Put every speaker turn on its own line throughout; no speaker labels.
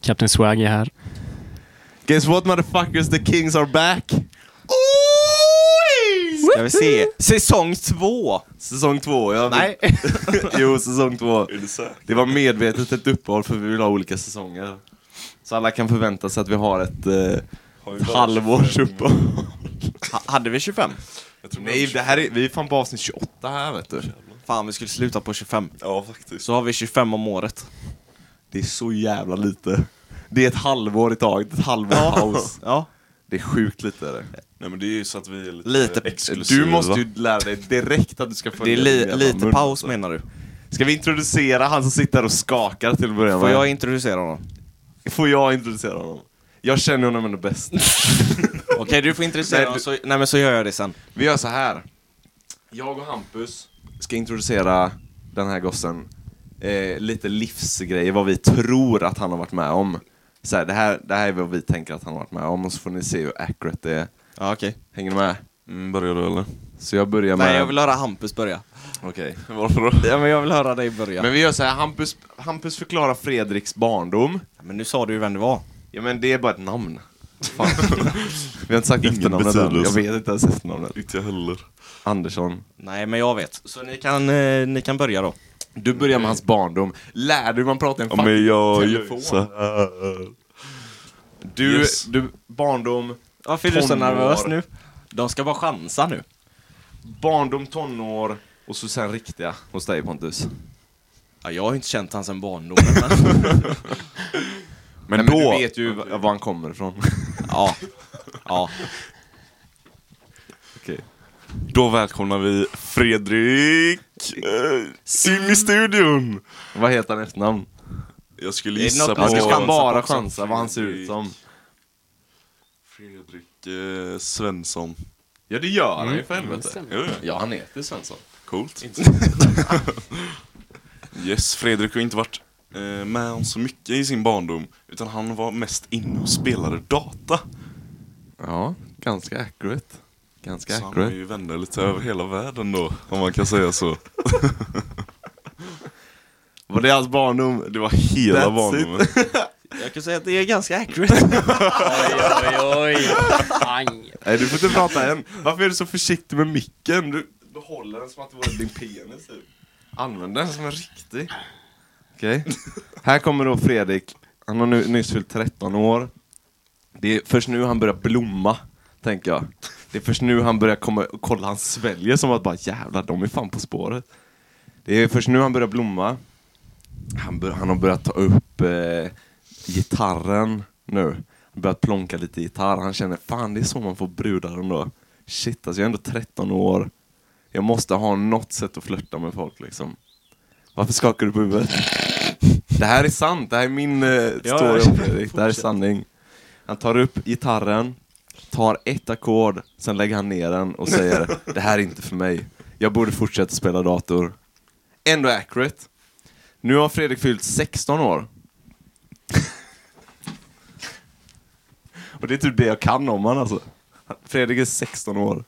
Kapten Swaggy här.
Guess what motherfuckers, the kings are back!
Ska vi se. Säsong två!
Säsong två, ja.
Nej.
jo, säsong två.
Är det så? här?
Det var medvetet ett uppehåll för vi vill ha olika säsonger. Så alla kan förvänta sig att vi har ett eh,
Har vi bara
halvårs
25?
uppehåll.
Ha- hade vi 25?
Jag tror
Nej, det här är, vi är fan på avsnitt 28 här vet du.
Fan, vi skulle sluta på 25.
Ja, faktiskt.
Så har vi 25 om året.
Det är så jävla lite. Det är ett halvår i taget, ett halvår paus.
Ja.
Det är sjukt lite. är Det. Eh,
Nej, men det är ju så att vi är lite,
Lite-
exklusiva.
Du måste ju lära dig direkt att du ska
Det
följa
är li-
din jävla
lite
mun.
paus menar du?
Ska vi introducera han som sitter och skakar till att börja med?
Får jag introducera honom?
Får jag introducera honom? Jag känner honom ändå bäst.
Okej, du får introducera
Nej,
honom,
du-
så, nej men så gör jag det sen.
Vi gör så här. Jag och Hampus ska introducera den här gossen eh, lite livsgrejer, vad vi tror att han har varit med om. Så här, det, här, det här är vad vi tänker att han har varit med om och så får ni se hur accurate det är.
Ja, okej.
Hänger ni med?
Mm, börjar du eller?
Så jag börjar med...
Nej, jag vill höra Hampus börja.
Okej.
Varför då?
Ja, men jag vill höra dig börja. Men,
Men vi gör så här, Hampus, Hampus förklarar Fredriks barndom.
nu sa du ju vem det var.
Ja men det är bara ett namn. Fan. vi har inte sagt
Ingen
efternamnet än. Jag
betydelse.
vet inte ens efternamnet.
Inte jag heller.
Andersson.
Nej, men jag vet. Så ni kan, eh, ni kan börja då.
Du börjar med hans barndom. Lär dig hur man pratar i en
Ja, men jag
telefon.
gör så här.
Du,
Yes.
du, barndom,
Varför är du så
Tonår.
nervös nu? De ska bara chansa nu.
barndom, tonår och så sen riktiga hos dig Pontus.
Ja, jag har ju inte känt han sen barndomen. Men...
Men,
då-
men du vet ju v- var han kommer ifrån.
ja. Ja.
Okej.
Då välkomnar vi Fredrik eh, in i studion!
Vad heter han i efternamn?
Jag skulle
Är det
gissa
något
på...
Man
vi
ska
ska chansa
kan bara
också.
chansa vad han ser
Mm.
ut som.
Fredrik eh, Svensson.
Ja det gör
Mm.
han ju för helvete.
stämmer.
Gör det?
Ja han heter Svensson.
Coolt. yes, Fredrik har inte varit eh, med om så mycket i sin barndom. Utan han var mest inne och spelade data.
Ja, ganska accurate. Ganska
Så han har ju vänner lite över hela världen då, om man kan säga så.
Var det hans barndom?
Det var hela
That's
barndomen.
Jag kan säga att det är ganska accurate.
Oj, oj, oj.
Nej du får inte prata än. Varför är du så försiktig med micken? Du behåller den som att det vore din penis typ. Använd den som en riktig. Okej. Här kommer då Fredrik. Han har nu, nyss fyllt 13 år. Det är först nu han börjar blomma, tänker jag. Det är först nu han börjar komma och kolla hans sväljer som att bara jävlar, de är fan på spåret. Det är först nu han börjar blomma. Han, bör, han har börjat ta upp eh, gitarren nu. Han börjat plonka lite gitarr. Han känner fan det är så man får brudar ändå. Shit alltså jag är ändå 13 år. Jag måste ha något sätt att flirta med folk liksom. Varför skakar du på huvudet? Det här är sant. Det här är min eh,
ja.
story om Fredrik. Det här är sanning. Han tar upp gitarren, tar ett ackord, sen lägger han ner den och säger det här är inte för mig. Jag borde fortsätta spela dator. Ändå accurate. Nu har Fredrik fyllt 16 år. Och det är typ det jag kan om han alltså. Fredrik är 16 år.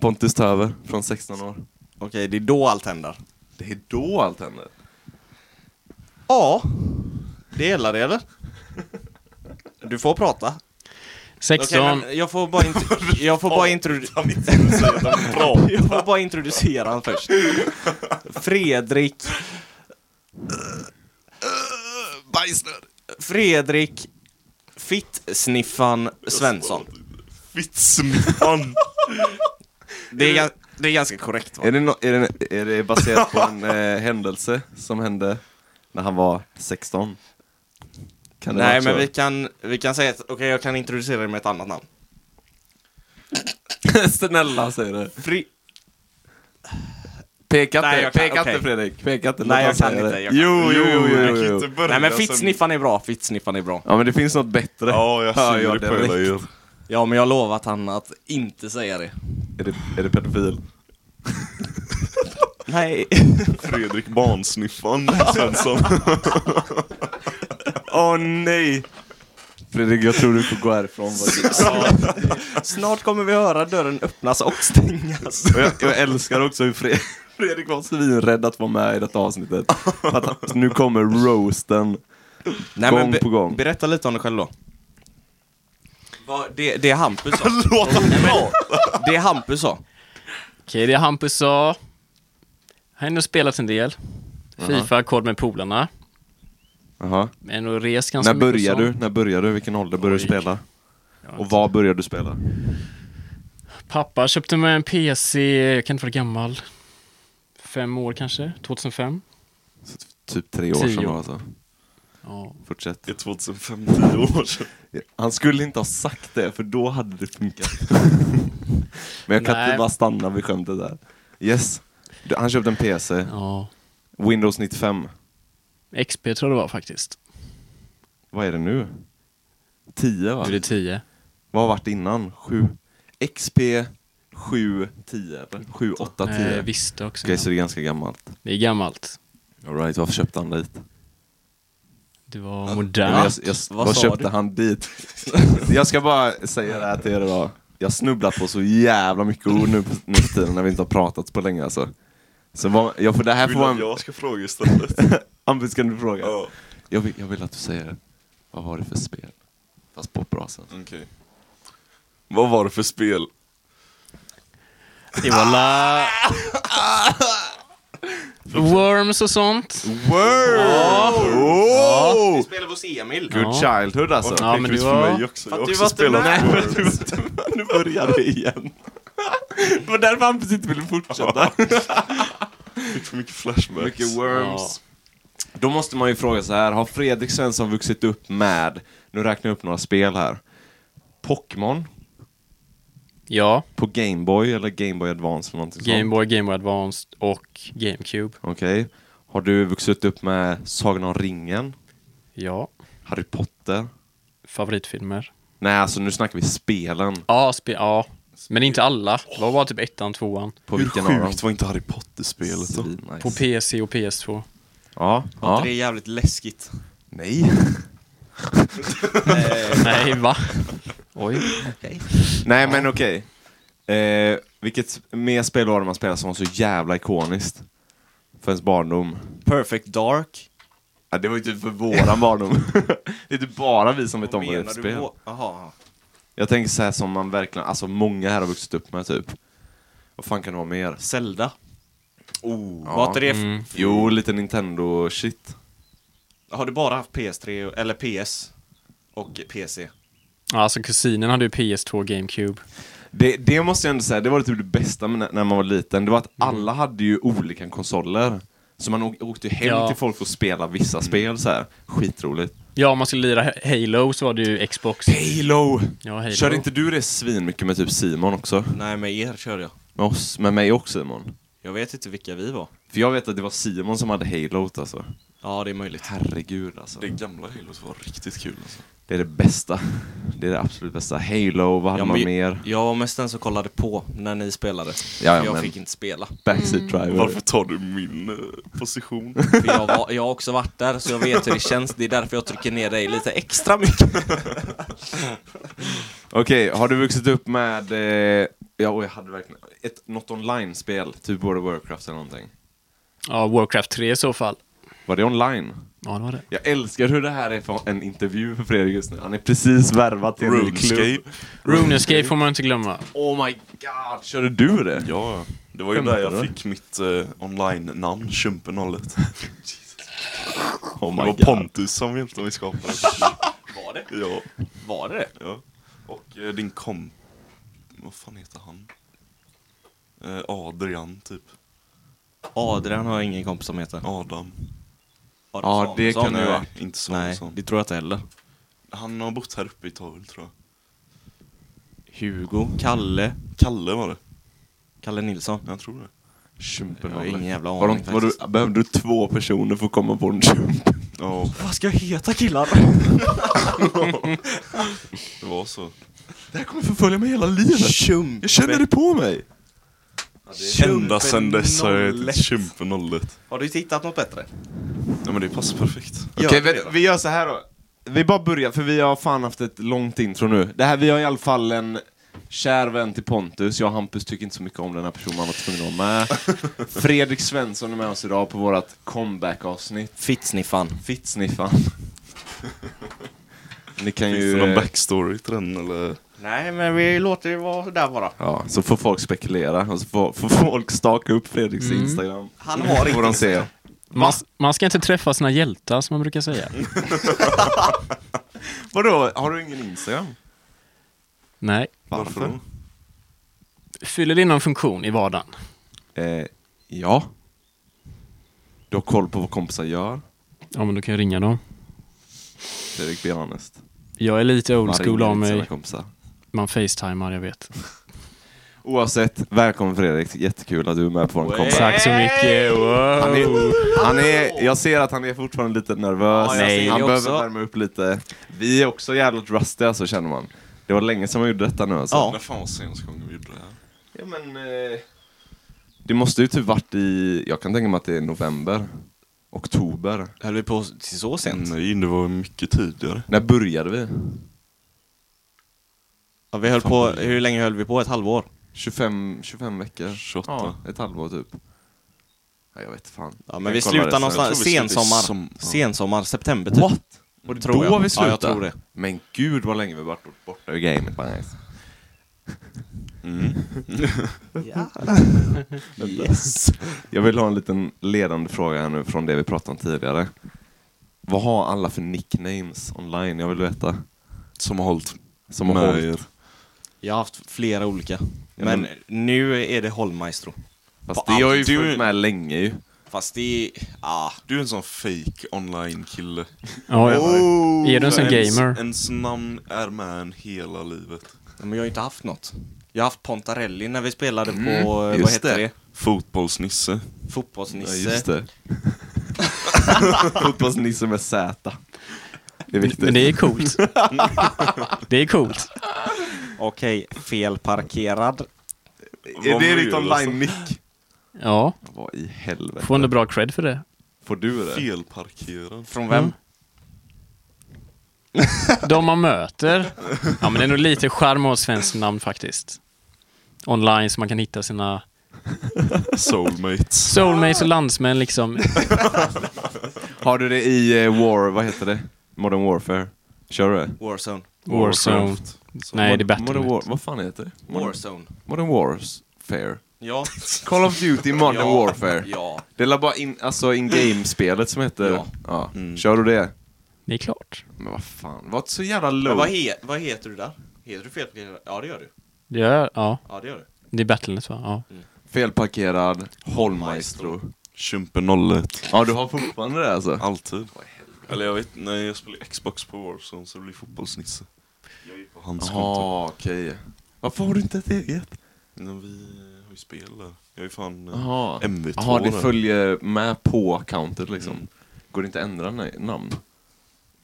Pontus tar över från 16 år.
Okej, det är då allt händer.
Det är då allt händer.
Ja. Det gillar det eller? Du får prata.
16.
Okej, men jag får bara, int- jag får bara introducera...
Han inte ens säger att han pratar.
Jag får bara introducera han först. Fredrik.
Bajsnöd!
Fredrik. Fitt-sniffan Svensson.
Fittsmiffan!
Det är, gan- det är ganska korrekt va?
Är det, no- är det, är det baserat på en eh, händelse som hände när han var 16? Kan det
Nej
vara så?
men vi kan, vi kan säga att, okej jag kan introducera dig med ett annat namn.
Snälla säg det.
Fri-
Peka
Nej,
inte,
jag kan-
peka
okej.
inte Fredrik. Peka inte. låt
Nej,
han
jag kan
säga
inte,
det.
jag kan
Jo, jo, jo,
jag
jo,
kan
jo.
inte börja
Nej men
sen.
fittsniffan är bra, fittsniffan är bra.
Ja men det finns något bättre.
Ja, jag
Hör
ser det på hela
direkt.
er.
Ja men jag har lovat han att inte säga det.
Är det, är det pedofil?
Nej.
Fredrik Barnsniffan Svensson.
Åh nej! Fredrik, jag tror du får gå härifrån.
Snart kommer vi höra dörren öppnas och stängas.
Och jag, jag älskar också hur Fredrik, Fredrik var svinrädd att vara med i detta avsnittet. För att nu kommer roasten.
Nej,
Gång
men be-
på gång.
Berätta lite om dig själv då. Vad- det, det Hampus sa.
Låt honom
Det Hampus sa.
Okej, det är Hampus sa. Har ändå spelat en del. Fifa, kod med polarna.
Jaha.
Men ändå res ganska
När
mycket
började
och så.
du? När började du? Vilken ålder började du
Oj.
spela?
Jag vet
Och
inte.
vad började du spela?
Pappa köpte mig en PC, jag kan inte vara gammal. Fem år kanske, 2005.
Så t- typ tre år
Tio.
sedan då, alltså.
Ja.
Fortsätt.
Det är 2005, 10 år sedan.
Han skulle inte ha sagt det, för då hade det funkat. Men jag kan
Nej.
inte bara stanna vid skämtet där. Yes. Du- Han köpte en PC.
ja.
Windows 95.
XP tror jag det var faktiskt.
Vad är det nu? 10 va?
Nu är det 10.
Vad har varit innan? 7? XP 7, 10 eller? 7, 8, 10?
Eh,
Okej,
visste också.
så det är ganska gammalt.
Det är gammalt.
Alright, varför köpte han dit?
Det var
Nej, men jag,
modernt.
jag,
Vad
vad
sa
köpte
du?
han dit? jag ska bara säga det här till er idag. Jag har snubblat på så jävla mycket ord nu, nu för tiden när vi inte har pratat på länge alltså. Så vad, jag får, det här
Vill du
får
att
en...
jag ska fråga istället?
Hampus kan du fråga?
Ja,
Jag, vill, jag vill att du säger, vad var det för spel? Fast på ett bra sätt.
okej. Vad var det för spel?
Det var la... Worms och sånt.
Mm.
Vi spelade hos Emil.
Good
Ja.
childhood alltså.
Ja, men det var...
också.
För
Jag
att
har också
du var inte
spelat
med.
Word.
Nu börjar det igen. Det var därför Hampus inte ville fortsätta.
Fick för mycket flashbacks.
Mycket worms. Då måste man ju fråga så här, har Fredrik Svensson vuxit upp med, nu räknar jag upp några spel här, Pokémon
Ja,
på Gameboy eller Gameboy Advance eller någonting sånt?
Gameboy, Gameboy Advance och GameCube.
Okej. Har du vuxit upp med Sagan om ringen?
Ja,
Harry Potter?
favoritfilmer.
Nej, alltså nu snackar vi spelen.
Ja, spe- ja. men inte alla. Det var bara typ ettan, tvåan.
På
Hur
vilken av dem?
sjukt var inte Harry Potter-spelet då?
Svinnice.
På PC och PS2.
Ja.
Ja.
ja.
Det är jävligt läskigt.
Nej.
Nej, va? Oj.
Nej, men okej. Eh, vilket mer spel var det man spelade som var så jävla ikoniskt? För ens barndom.
Perfect Dark.
Ja, det var ju typ för våran barndom. det är typ bara vi som vet om vad det är för
Menar du
spel.
på- Jaha.
Jag tänker så här som man verkligen, alltså många här har vuxit upp med typ. Vad fan kan det vara mer?
Zelda.
Oh.
Var inte det... f-
Mm.
Jo, lite Nintendo-shit.
Har du bara haft PS3, eller PS? Och PC?
Ja, Alltså kusinen hade ju PS2 och GameCube.
Det, det måste jag ändå säga, det var typ det bästa med när- när man var liten. Det var att alla hade ju olika konsoler. Så man å- åkte hem
Ja.
till folk och spelade vissa spel så här. Skitroligt.
Ja, om man skulle lira Ha- Halo så var det ju Xbox.
Halo!
Ja, Halo.
Körde inte du det svin mycket med typ Simon också?
Nej, med er körde jag.
Med oss, med mig och Simon?
Jag vet inte vilka vi var.
För jag vet att det var Simon som hade Halo alltså.
Ja, det är möjligt.
Herregud alltså.
Det gamla Halos var riktigt kul alltså.
Det är det bästa. Det är det absolut bästa. Halo, vad hade
Ja,
man
men-
mer?
Jag var mest den som kollade på när ni spelade. För
Ja, ja,
jag
men-
fick inte spela.
Backseat driver.
Varför tar du min eh, position?
För jag, var, jag har också varit där, så jag vet hur det känns. Det är därför jag trycker ner dig lite extra mycket.
Okej, har du vuxit upp med... Eh, ja, oj, jag hade verkligen... Ett, något online-spel, typ World of Warcraft eller någonting.
Ja, Warcraft 3 i så fall.
Var det online?
Ja, det var det.
Jag älskar hur det här är för en intervju för Fredrik just nu. Han är precis värvad till en ny klubb.
RuneScape?
RuneScape får man inte glömma.
Oh my god, körde du det?
Ja, det var ju
Skämtar
där jag
du?
fick mitt eh, online-namn, Kämpen01.
Oh
Det
my
var
god.
Pontus som hjälpte mig skapa det.
Var det?
ja,
Var det det?
ja. Och eh, din kom... Vad fan heter han? Eh, Adrian, typ.
Adrian har ingen kompis som heter.
Adam. Äh,
Ja, det
Samuelsson,
kan det
eller?
vara.
Inte
Nej,
Samuelsson.
det tror jag inte heller.
Han har bott här uppe i ett tag, väl, tror jag.
Hugo, Kalle,
Kalle var det.
Kalle Nilsson.
Jag tror det.
Kämpen
Jag har ingen jävla
var de,
aning
var du, Behövde du två personer för att komma på en kämpe?
Ja,
Vad ska jag heta killar?
det var så.
Det här kommer förfölja mig hela livet.
Tjumpen.
Jag känner det på mig.
Ända sedan dess har jag
Kämpen
hetat Kämpen01.
Har du hittat något bättre?
Ja men det passar perfekt.
Gör
Okej,
det
vi,
då.
vi gör så här då. Vi bara börjar, för vi har fan haft ett långt intro nu. Det här, vi har i alla fall en kär vän till Pontus. Jag och Hampus tycker inte så mycket om den här personen, han var tvungen att vara med. Fredrik Svensson är med oss idag på vårt comeback-avsnitt.
Fittsniffan.
Fittsniffan. Ni kan
Finns det
ju...
någon
eh,
backstory till den eller?
Nej, men vi låter det vara där bara.
Ja, så får folk spekulera och så får, får folk staka upp Fredriks
Mm.
Instagram.
Han har
får de
inte...
se.
Man, man ska inte träffa sina hjältar som man brukar säga.
Vadå, har du ingen Instagram?
Nej.
Varför?
Fyller det någon funktion i vardagen?
Eh, ja. Du har koll på vad kompisar gör,
Ja, men då kan jag ringa dem.
Fredrik Be honest.
Jag är lite old
Man
school
ringer
av
till sina
mig.
kompisar.
Man facetimar, jag vet.
Oavsett, välkommen Fredrik. Jättekul att du är med på vår kompis.
Tack så mycket.
Han
Wow.
är, han är, jag ser att han är fortfarande lite nervös.
Ja, jag ser det
han behöver
också.
värma upp lite. Vi är också jävligt rusty alltså, känner man. Det var länge sedan man gjorde detta nu alltså.
Ja.
När fan var senaste gången vi gjorde det här?
Ja, men, eh, det måste ju typ varit i, jag kan tänka mig att det är november, oktober.
Höll vi på till så sent?
Nej, det var mycket tidigare.
När började vi?
Ja, vi höll på... Hur länge höll vi på? Ett halvår?
25, 25 veckor?
28.
Ja, ett halvår typ. Ja, jag vet fan.
Ja,
Jag
men vi
kollar
slutar
det sen.
någonstans...
Jag tror vi slutade i
Sensommar.
som- ja.
Sensommar, september typ.
What? Var det
Tror
då
jag.
vi
Ja,
slutade?
jag tror det.
Men gud vad länge vi varit borta ur gamet. bara, nice.
Mm.
Ja. yes.
Jag vill ha en liten ledande fråga här nu från det vi pratade om tidigare. Vad har alla för nicknames online? Jag vill veta.
Som har hållit
Som har
med
hållit.
er.
Jag har haft flera olika.
Ja,
men,
men-
nu är det Holmmaestro.
Fast
På
det har ju
allt. Du-
följt med länge ju.
Fast det är... Ah.
Du är en sån fake online-kille.
Ja, ja.
Oh,
Är du en sån gamer?
Ens namn är med en hela livet.
Men jag har inte haft något. Jag har haft Pontarelli när vi spelade på... eh, vad
Mm, just
hette det?
det.
Fotbollsnisse.
Fotbollsnisse.
Ja, just det. Fotbollsnisse med Z. Det är viktigt.
Men det är coolt. Det är coolt.
Okej, felparkerad.
är
Vad
det
man
ditt
gör, alltså.
online-nick?
Ja,
Vad i helvete?
får ändå bra cred för det.
Får du det?
Felparkerad.
Från vem?
Mm. De man möter. Ja, men det är nog lite charm att ha svenskt namn faktiskt. Online så man kan hitta sina
Soulmates.
soulmates och landsmän liksom.
Har du det i eh, War, vad heter det? Modern Warfare? Kör du det?
Warzone.
Warzone.
Warcraft. Så-
Nej,
Mod-
det är
Modern
Battle.net.
War, vad fan heter det? Modern,
Warzone.
Modern Warfare.
Ja.
Call of Duty Modern
Ja.
Warfare.
Ja.
Det är la bara in, alltså in-game-spelet som heter...
Ja.
Ja.
Mm.
Kör du det?
Det är klart.
Men vad fan, var inte så jävla
Men
low.
vad, he vad heter du där? Heter du felparkerad? Ja, det gör du.
Det är, ja,
Ja, det gör du.
det är Battlenet va? Ja.
Felparkerad, Holmaestro.
Kämpe 01.
Ja, du har fortfarande det alltså?
Alltid. Eller jag vet nej jag spelar Xbox på Warzone så det blir fotbollsnisse. Jag är på hans konto.
Jaha, okej. Varför har du inte ett eget?
Men vi har ju spel där. Jag är fan eh,
Jaha,
MV2
Jaha, det
där.
följer med på accountet liksom.
Mm.
Går det inte att ändra na- namn?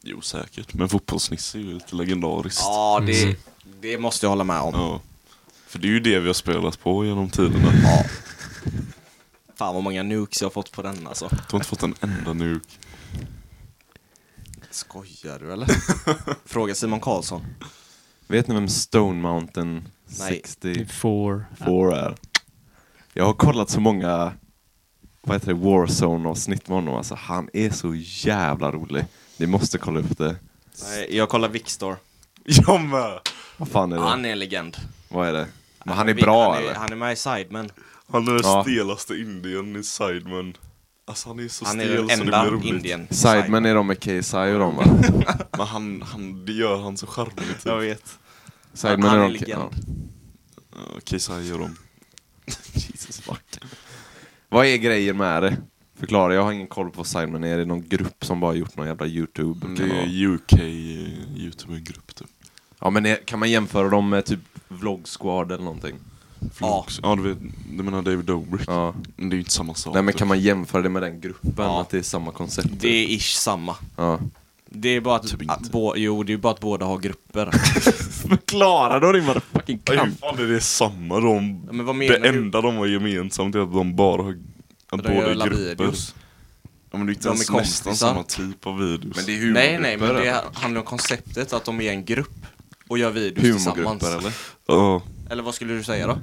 Jo säkert, men fotbollsnisse är ju lite legendariskt.
Ja, det, det måste jag hålla med om.
Ja. För det är ju det vi har spelat på genom tiderna.
Fan vad många nukes jag har fått på den alltså.
Du har inte fått en enda nuke.
Skojar du eller? Fråga Simon Karlsson.
Vet ni vem Stone Mountain
Nej.
64
Four.
är? Jag har kollat så många vad heter det, Warzone-avsnitt med honom. Alltså, han är så jävla rolig. Ni måste kolla upp det.
Nej, jag kollar Vicstar.
Jag med!
Vad fan är det?
Han är legend.
Vad är det? Men han är bra
han är,
eller?
Han är med i Sidemen.
Han är den
Ja.
stelaste indien i Sidemen. Alltså han är så
Han är
stel
den
så det blir
enda
roligt.
indien.
Sidemen är de med KSI och de va?
Men han, han, det gör han så charmig typ.
Jag vet.
Sidemen
han
är
är
de...
legend.
Ja, Kesai och dem.
Jesus fuck. Vad är grejen med det? Förklara, jag har ingen koll på vad Simon är. Är det någon grupp som bara gjort någon jävla
Mm, Det
YouTube-kanal?
är UK eh, youtubergrupp typ.
Ja men är, kan man jämföra dem med typ Vlog Squad eller någonting?
Ja.
Ja.
ja, du vet, du menar David Dobrik.
Ja.
Men det är ju inte samma sak. typ.
Nej men kan man jämföra det med den gruppen?
Ja.
Att det är samma koncept?
Det är ish samma.
Ja.
Det är bara att,
Typ inte.
att bå, jo, det är bara att båda har grupper.
Förklara då din motherfucking
Ja, hur fan är det samma de...
Ja, men vad menar
det
du?
enda de har gemensamt är att de bara har... Att
De
båda
gör alla
är grupper.
videos.
Ja, men det är inte
De
ens
är kompisar.
nästan samma typ av videos.
Men det är
Nej, nej, men
humorgrupper,
det
eller?
handlar om konceptet att de är en grupp och gör videos tillsammans.
Humorgrupper
Eller?
eller?
Ja,
vad skulle du säga då?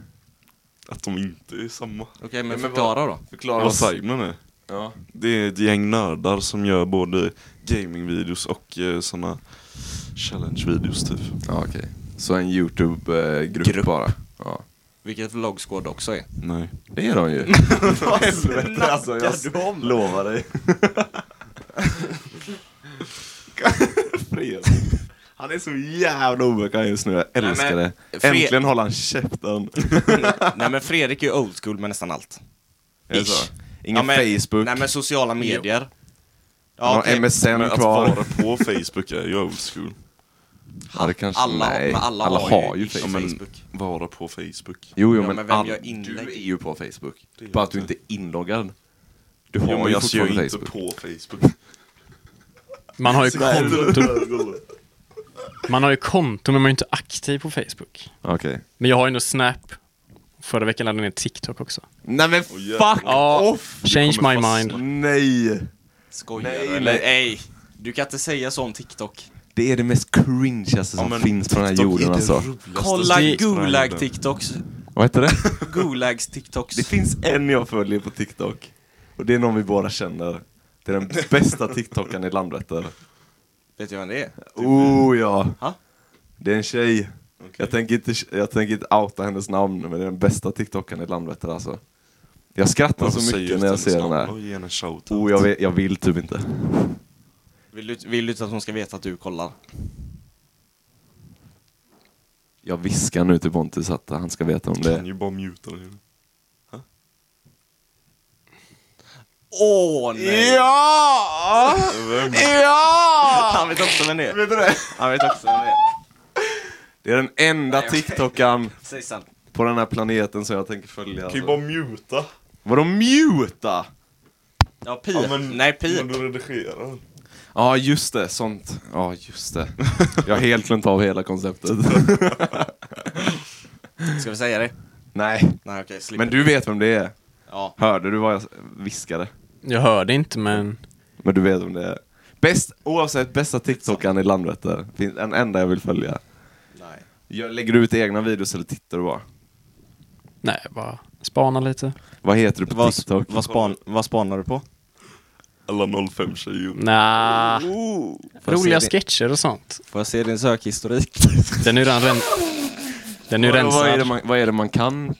att de inte är samma.
Okej, men
men vad-
förklara då.
Förklara
Vad
oss.
Simon är.
Ja.
Det är ett gäng nördar som gör både gamingvideos och eh, såna challenge-videos typ.
Ja, okej. Så en YouTube-grupp
Grupp.
bara? Ja.
Vilket vloggskåd också är.
Nej.
Det är de ju. Helvete alltså, jag
Snackar du om?
lovar dig. Fred. Han är så jävla obekväm just nu, jag älskar
men-
det.
Fred-
Äntligen håller han käften.
Nej men Fredrik är ju old school med nästan allt.
Är det
Ish.
så?
Ja,
Ingen
men,
Facebook,
Nej men sociala medier.
han har
okej.
MSN
Men att
kvar.
vara på Facebook är ju old school.
Ja, det kanske,
alla-
nej.
men alla har ju-
har ju
Ja,
Facebook.
men-
Facebook.
Vara på Facebook.
Jo, jo,
Ja,
men,
men vem
all-
gör inlägg?
du är ju på Facebook.
Det gör
Bara att du
jag
inte är inloggad. Du
Jo,
har
men
ju
jag ser ju
fortfarande
inte
Facebook.
på Facebook.
Man har ju konto,
Google.
man har ju konto men man är ju inte aktiv på Facebook.
Okej.
Men jag har ju ändå Snap. Förra veckan laddade jag ner TikTok också.
Nej men
jävlar.
fuck
Ja,
off!
Change
kommer
my
fastna.
mind.
Nej!
Skojar
Nej,
du eller? Nej. Du kan inte säga så om TikTok.
Det är det mest cringeaste som
men
finns på den här
TikTok är
jorden
det
alltså.
roligaste
Kolla
som finns på den här jorden.
Gulag-Tiktoks.
Vad heter det?
Gulags-Tiktoks.
Det finns en jag följer på TikTok. Och det är någon vi båda känner. Det är den bästa TikTokaren i Landvetter.
Vet du vem det är?
Oh ja!
Ha?
Det är en tjej. Jag, tänker inte, jag tänker inte outa hennes namn, men det är den bästa TikTokaren i Landvetter alltså. Jag skrattar
Varför
så
säger du
mycket
inte
när jag
hennes
ser den
namn?
här.
Oj, Ge henne en shoutout.
Oh, jag, vet, jag vill typ inte.
Vill du, vill du inte att hon ska veta att du kollar?
Jag viskar nu till Pontus att han ska veta om
kan
det.
ju bara muta den.
Åh nej!
Ja!
Vem?
Ja!
Han vet också vem det är.
Vet du det?
Han vet också vem det är.
Det är den enda TikTokaren
Säg sen.
på den här planeten som jag tänker följa.
Kan ju
Alltså.
bara muta.
Vadå muta?
Ja, Pi.
Ja, men,
nej, Pi.
Men du redigerar den.
Ja, just det. Sånt. Ja, just det. Jag har helt glömt av hela konceptet.
Ska vi säga det?
Nej,
Nej, okej. Okay,
men du vet vem det är.
Ja.
Hörde du vad jag viskade?
Jag hörde inte men
Men du vet vem det är. Bäst, oavsett, bästa TikTokaren i Landvetter. Finns en enda jag vill följa.
Nej.
Jag lägger du ut egna videos eller tittar du bara?
nej, jag bara spana lite.
Vad heter du på
Vad,
TikTok?
vad, span, vad spanar du på?
Alla 05 tjejer.
Nja,
Får jag
roliga
se din-
sketcher och sånt.
Får jag se din sökhistorik?
Den är ju redan ren... Den är ju
Vad- vad, är det
rensad.
man, vad är det man kan?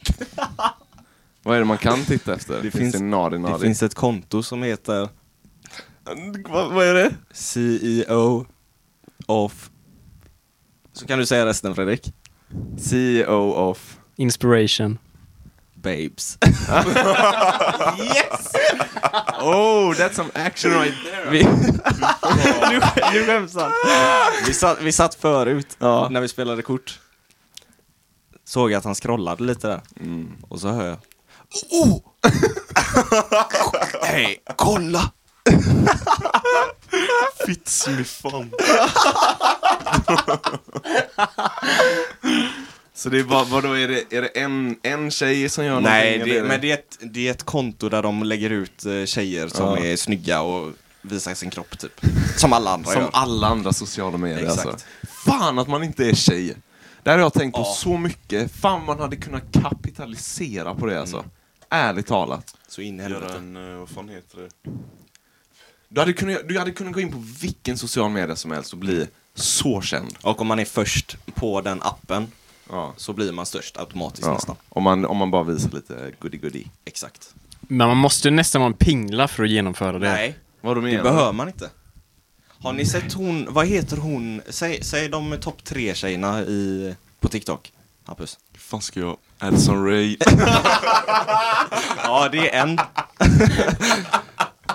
vad är det man kan titta efter? Det finns,
finns-
det nadi
Det
nadi?
finns ett konto som heter
vad, vad är det?
CEO of... Så kan du säga resten Fredrik. E
CEO of...
Inspiration.
Babes.
Oh, that's some action right there!
Vi... nu, nu skäms han. Vi satt, vi satt förut
Ja.
när vi spelade kort. Såg att han scrollade lite där. Och så hör jag. Oh! Hej, kolla!
Fittsniffan.
Så det är bara, vadå, är det, är det en, en tjej som gör
Nej,
någonting?
det, men det är, ett, det är ett konto där de lägger ut eh, tjejer som
Ja.
är snygga och visar sin kropp typ. Som alla andra
Som
gör.
alla andra sociala medier
Exakt.
alltså. Fan att man inte är tjej! Det här har jag tänkt på
Ja.
så mycket. Fan man hade kunnat kapitalisera på
Mm.
det alltså. Ärligt talat.
Så in i
Göra
helvete.
en, eh, vad fan heter det?
Du hade, kunnat, du hade kunnat gå in på vilken social media som helst och bli så känd.
Och om man är först på den appen
Ja.
så blir man störst automatiskt
Ja.
nästan.
Om, man, om man bara visar lite goodie-goodie.
Exakt.
Men man måste ju nästan vara en pingla för att genomföra det.
Nej,
Vad
det behöver man inte. Har ni sett hon, vad heter hon, säg, säg de topp tre tjejerna i, på TikTok. Hampus.
Hur fan ska jag? Addison Ray.
Ja, det är en.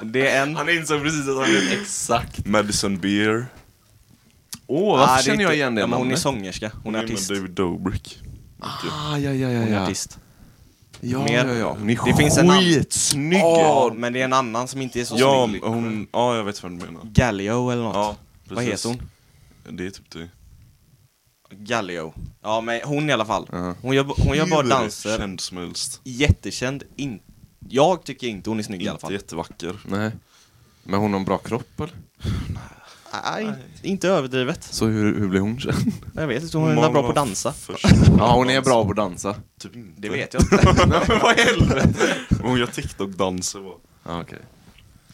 det är en.
Han insåg precis att han vet exakt.
Madison Beer.
Åh,
Ah,
varför
det är
känner jag
inte-
igen det
ja, men Hon är
namnet?
sångerska, hon är
Nej, men
artist.
David Dobrik.
Ah, ja, ja, ja,
Hon är
ja.
artist.
Ja,
Mer.
ja, ja. Hon
Det finns en
är
annan-
skitsnygg!
Ja, men det är en annan som inte är så
Ja,
snygg.
hon, ja, jag vet vad du menar.
Gallio eller något.
Ja,
Vad
precis.
heter hon?
Det är typ det.
Gallio. Ja, men hon i alla fall.
Ja.
Hon gör, hon gör bara
Hur
danser.
känd som helst.
Jättekänd. In... Jag tycker inte hon är snygg i alla
Inte
fall.
jättevacker.
Nej. Men hon har en bra kropp eller?
Nej, inte överdrivet.
Så hur, hur blir hon känd?
Jag vet inte, hon är bra på att dansa.
Först.
Ja, hon är bra på att dansa.
Typ inte.
Det vet jag inte.
Nej men vad i helvete!
Hon gör TikTok-danser bara.
Ja, okej.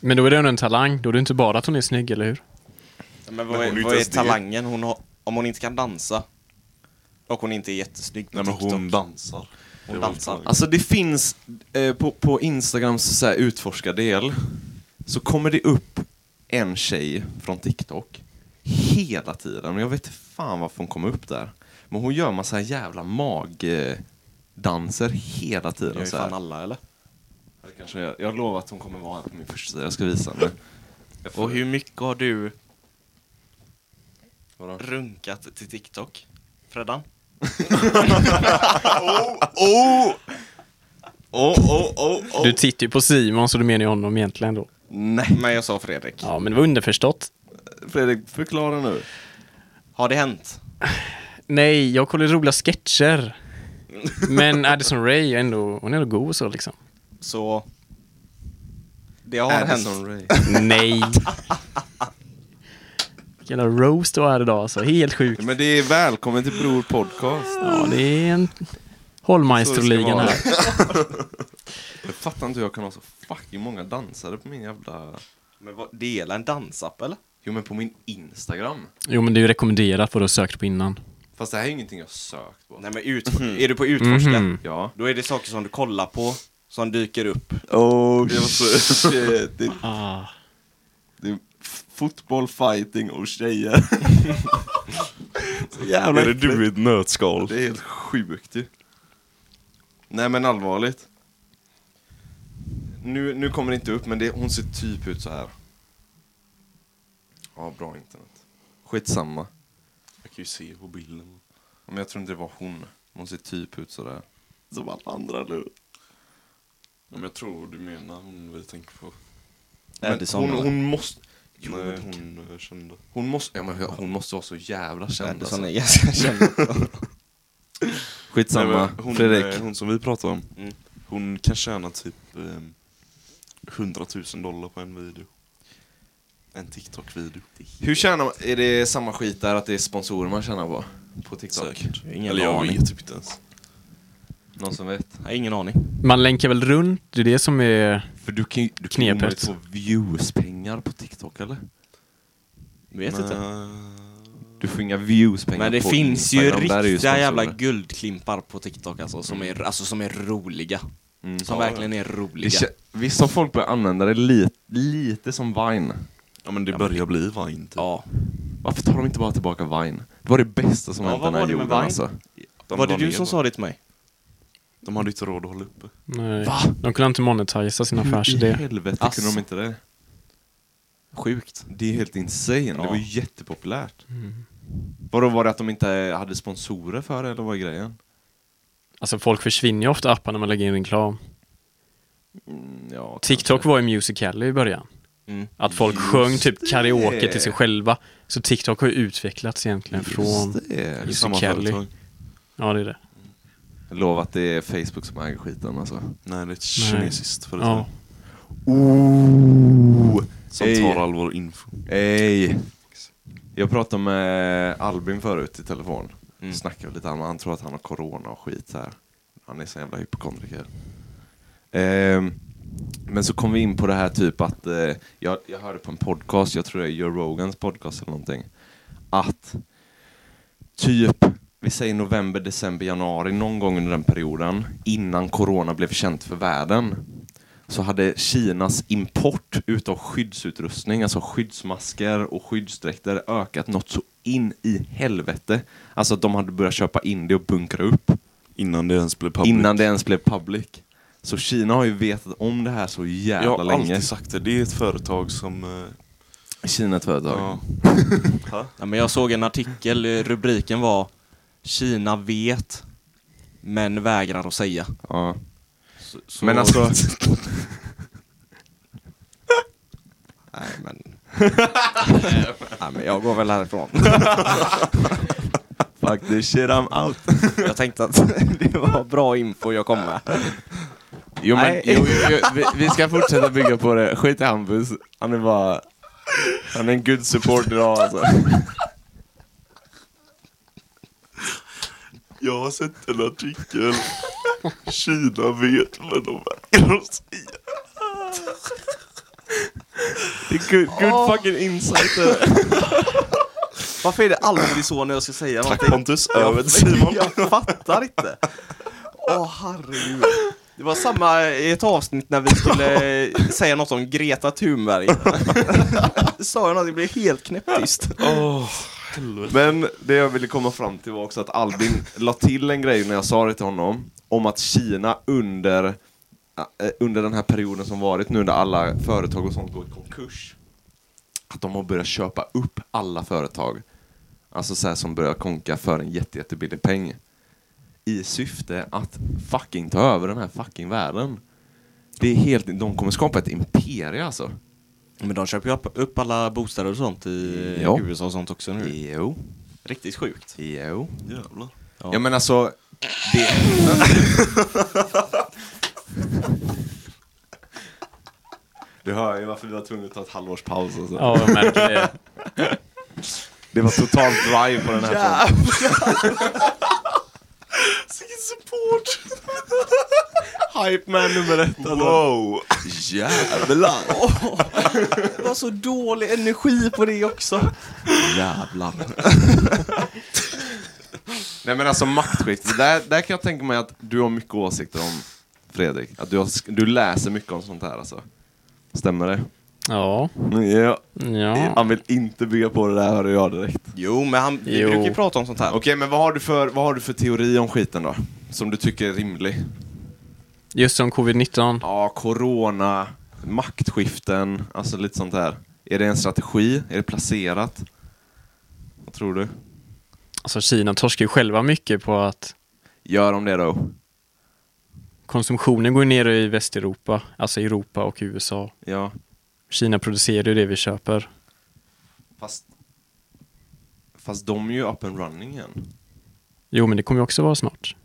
Men då är det ändå en talang. Då är det inte bara att hon är snygg, eller hur?
Men vad
Men
är,
hon är inte
vad är
ens det.
talangen hon har? Om hon inte kan dansa och hon inte är jättesnygg på
Nej men
TikTok.
hon dansar.
Hon
Det var
dansar.
lite-
Alltså det finns eh, på, på Instagrams så här, utforskardel så kommer det upp en tjej från TikTok hela tiden. Och jag vet inte fan varför hon kommer upp där. Men hon gör massa jävla magdanser hela
Gör
tiden.
ju
Så
fan
här.
alla eller?
Jag, kanske, jag, jag lovar att hon kommer vara här på min första sida. Jag ska visa henne. Jag får-
Och hur mycket har du
Vadå?
runkat till TikTok? Freddan?
Oh, oh, oh, oh.
Du tittar ju på Simon, så du menar ju honom egentligen då.
Nej,
Men jag sa Fredrik.
Ja, men det var underförstått.
Fredrik, förklara nu.
Har det hänt?
Nej, jag kollar roliga sketcher. Men Addison Ray är ändå, hon är ändå god och så liksom.
Så... Det har hänt.
Ray.
Nej. Vilken jävla roast du är idag alltså. Helt sjukt.
Men det är välkommen till Bror Podcast.
Ja, det är en
Så
Holmeisterligan
det
här.
ska Jag fattar inte hur jag kan ha så fucking många dansare på min jävla...
Men vad, dela en dansapp eller?
Jo men på min Instagram.
Jo, men det är ju rekommenderat vad du har sökt på innan.
Fast det här är ju ingenting jag sökt på.
Nej men utfor- är du på utforska?
Mhm.
Ja.
Då är det saker som du kollar på, som dyker upp.
Oh shit. Det,
Ah.
det är f- fotboll, fighting och tjejer. så jävla
Är det
äckligt.
du i ett nötskal?
Det är helt sjukt ju. Nej men allvarligt. Nu, nu kommer det inte upp men det, hon ser typ ut så här. Ja, bra internet. Skitsamma.
Jag kan ju se på bilden.
Men jag tror inte det var hon. Hon ser typ ut sådär. Som alla andra nu.
Ja, men jag tror du menar hon vi tänker på.
Men
Addison,
hon,
eller?
hon måste... Jo,
Nej,
men hon,
hon eh, kände.
hon, måste ja, men hon måste vara så jävla känd
Addison
alltså.
är ganska känd.
Skitsamma.
Nej, men hon,
Fredrik.
eh, Hon som vi pratade om.
Mm.
Hon kan tjäna typ eh, 100 000 dollar på en video. En TikTok-video.
Hur tjänar man? Är det samma skit där att det är sponsorer man tjänar på? På TikTok?
Säkert.
Ingen
Eller jag
aning.
vet typ inte ens.
Någon som vet?
Jag har ingen aning.
Man länkar väl runt, det är det som är...
För du kan ju du
kan ju Knepet.
få views-pengar på TikTok eller?
Vet inte.
Du får inga views-pengar
Men det
på
finns ju
Instagram, där är
riktiga
sponsorer.
jävla guldklimpar på TikTok alltså, som, är, alltså, som är roliga.
Mm.
Som
Ja,
verkligen är
Det
roliga.
kä- Visst har folk börjat använda det lite, lite som Vine?
Ja men det börjar bli Vine typ.
Ja.
Varför tar de inte bara tillbaka Vine? Det var det bästa som
Ja,
hänt
vad
den här
var det med
jorden
Vine?
alltså.
De
Var
la
det du
ner
som
dem.
sa det till mig?
De hade inte råd att hålla uppe.
Nej. De kunde inte monetisera sin
Hur i
affärsidé.
helvete
Alltså.
kunde de inte det?
Sjukt.
Det är helt insane, det
Ja.
var ju jättepopulärt. Vadå, var det att de inte hade sponsorer för det eller vad är grejen?
Alltså folk försvinner ju ofta i appar när man lägger in reklam.
Mm, ja,
TikTok var ju Musical.ly i början.
Mm.
Att folk sjöng typ karaoke
det.
till sig själva. Så TikTok har ju utvecklats egentligen från...
Just det.
Just-
Samma
Kelly.
företag.
Ja, det är det.
Jag lovar att det är Facebook som äger skiten alltså.
Nej det är ett kinesiskt företag.
Ja.
Ooh.
Som
Ey.
tar all vår info.
Ey. Jag pratade med Albin förut i telefon.
Mm.
Snackade lite om, han tror att han har corona och skit så här. Han är så jävla hypokondriker. Ehm, men så kom vi in på det här typ att, eh, jag, jag hörde på en podcast, jag tror det är Joe Rogans podcast eller någonting. Att typ, vi säger november, december, januari, någon gång under den perioden, innan corona blev känt för världen, så hade Kinas import utav skyddsutrustning, alltså skyddsmasker och skyddsdräkter, ökat något så in i helvete. Alltså att de hade börjat köpa in det och bunkra upp
Innan det ens blev public.
innan det ens blev public. Så Kina har ju vetat om det här så jävla
Jag har
länge.
alltid sagt det. Det är ett företag som... eh,
Kina är ett företag.
Ja.
Ja, men jag såg en artikel, eh, rubriken var Kina vet men vägrar att säga.
Ja.
Så, så...
Men alltså,
Nej men... Nej men jag går väl härifrån.
fuck this shit I'm out.
Jag tänkte att det var bra info jag kom med.
Jo men,
Nej.
jo, jo, jo, vi, vi ska fortsätta bygga på det. Skit i Hampus. Han är bara... Han är en good supporter idag alltså.
Jag har sett en artikel. Kina vet men de vägrar att säga.
Det är good, good fucking insight.
Varför är det alltid så när jag ska säga
Tack
någonting?
Pontus,
Jag,
över till Simon.
jag fattar inte. Åh herregud. Det var samma i ett avsnitt när vi skulle eh, säga något om Greta Thunberg. Sa jag något, det blev helt knäpptyst.
Men det jag ville komma fram till var också att Albin la till en grej när jag sa det till honom om att Kina under, eh, under den här perioden som varit nu när alla företag och sånt går i konkurs att de har börjat köpa upp alla företag alltså så här som börjar konka för en jätte, jättebillig peng i syfte att fucking ta över den här fucking världen. Det är helt, de kommer skapa ett imperium alltså.
Men de köper ju upp- upp alla bostäder och sånt i
Ja.
USA och sånt också nu.
Jo,
Riktigt sjukt.
jo.
Jävlar.
Ja.
Ja men alltså, det... Du hör ju varför vi var tvungna att ta ett halvårs paus och så.
Ja, jag märker det.
Det var totalt drive på den här yeah.
Vilken support!
Hype man nummer ett alltså.
Wow!
Jävlar!
Det var så dålig energi på det också. Jävlar.
Nej men alltså maktskift, där, där kan jag tänka mig att du har mycket åsikter om Fredrik. Att du, har, sk- du läser mycket om sånt här alltså. Stämmer det?
Ja,
Ja.
ja.
Han vill inte bygga på det där hörde jag direkt.
Jo, men han, vi
Jo.
brukar ju prata om sånt här.
Okej men vad har, du för, vad har du för teori om skiten då? Som du tycker är rimlig?
Just som covid-19.
Ja, corona, maktskiften, alltså lite sånt här. Är det en strategi? Är det placerat? Vad tror du?
Alltså Kina torskar ju själva mycket på att
Gör de det då?
konsumtionen går ner i Västeuropa, alltså Europa och USA.
Ja,
Kina producerar ju det vi köper.
fast... Fast de är ju up and running igen.
Jo, men det kommer ju också vara snart.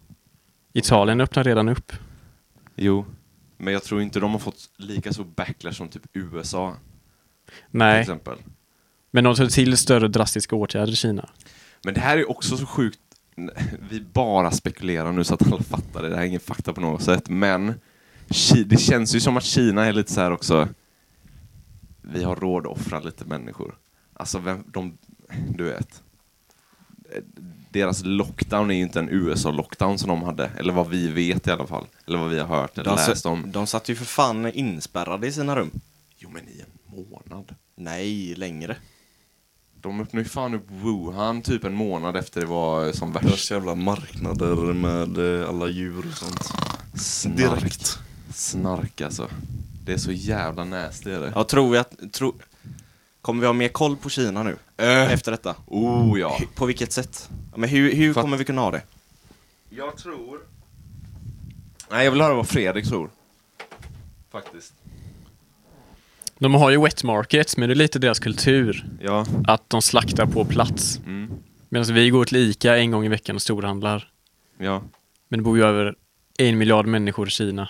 Italien öppnar redan upp.
Jo. Men jag tror inte de har fått lika så backlash som typ USA till
Nej,
exempel.
men de tar till större drastiska åtgärder i Kina.
Men det här är också så sjukt. Vi bara spekulerar nu så att alla fattar det. Det här är ingen fakta på något sätt. Men Ki- det känns ju som att Kina är lite så här också. Vi har råd att offra lite människor. Alltså, vem, de, du vet. Deras lockdown är ju inte en USA-lockdown som de hade. Eller vad vi vet i alla fall. Eller vad vi har hört eller
De,
läst om.
de satt ju för fan inspärrade i sina rum.
Jo, men i en månad.
Nej, längre.
De öppnade ju fan upp Wuhan typ en månad efter det var som värst.
Deras jävla marknader med eh, alla djur och sånt. Direkt.
Snark alltså. Det är så jävla nasty är det.
Jag tror vi att... Tro... Kommer vi ha mer koll på Kina nu?
Eh,
Efter detta?
oh ja.
Hy- På vilket sätt? Ja, Men hur, hur
För-
kommer vi kunna ha det?
Jag tror... Nej, jag vill höra vad Fredrik tror. Faktiskt.
De har ju wet markets, men det är lite deras kultur.
Ja.
Att de slaktar på plats.
Mm.
Medan vi går till ICA en gång i veckan och storhandlar.
Ja.
Men det bor ju över en miljard människor i Kina.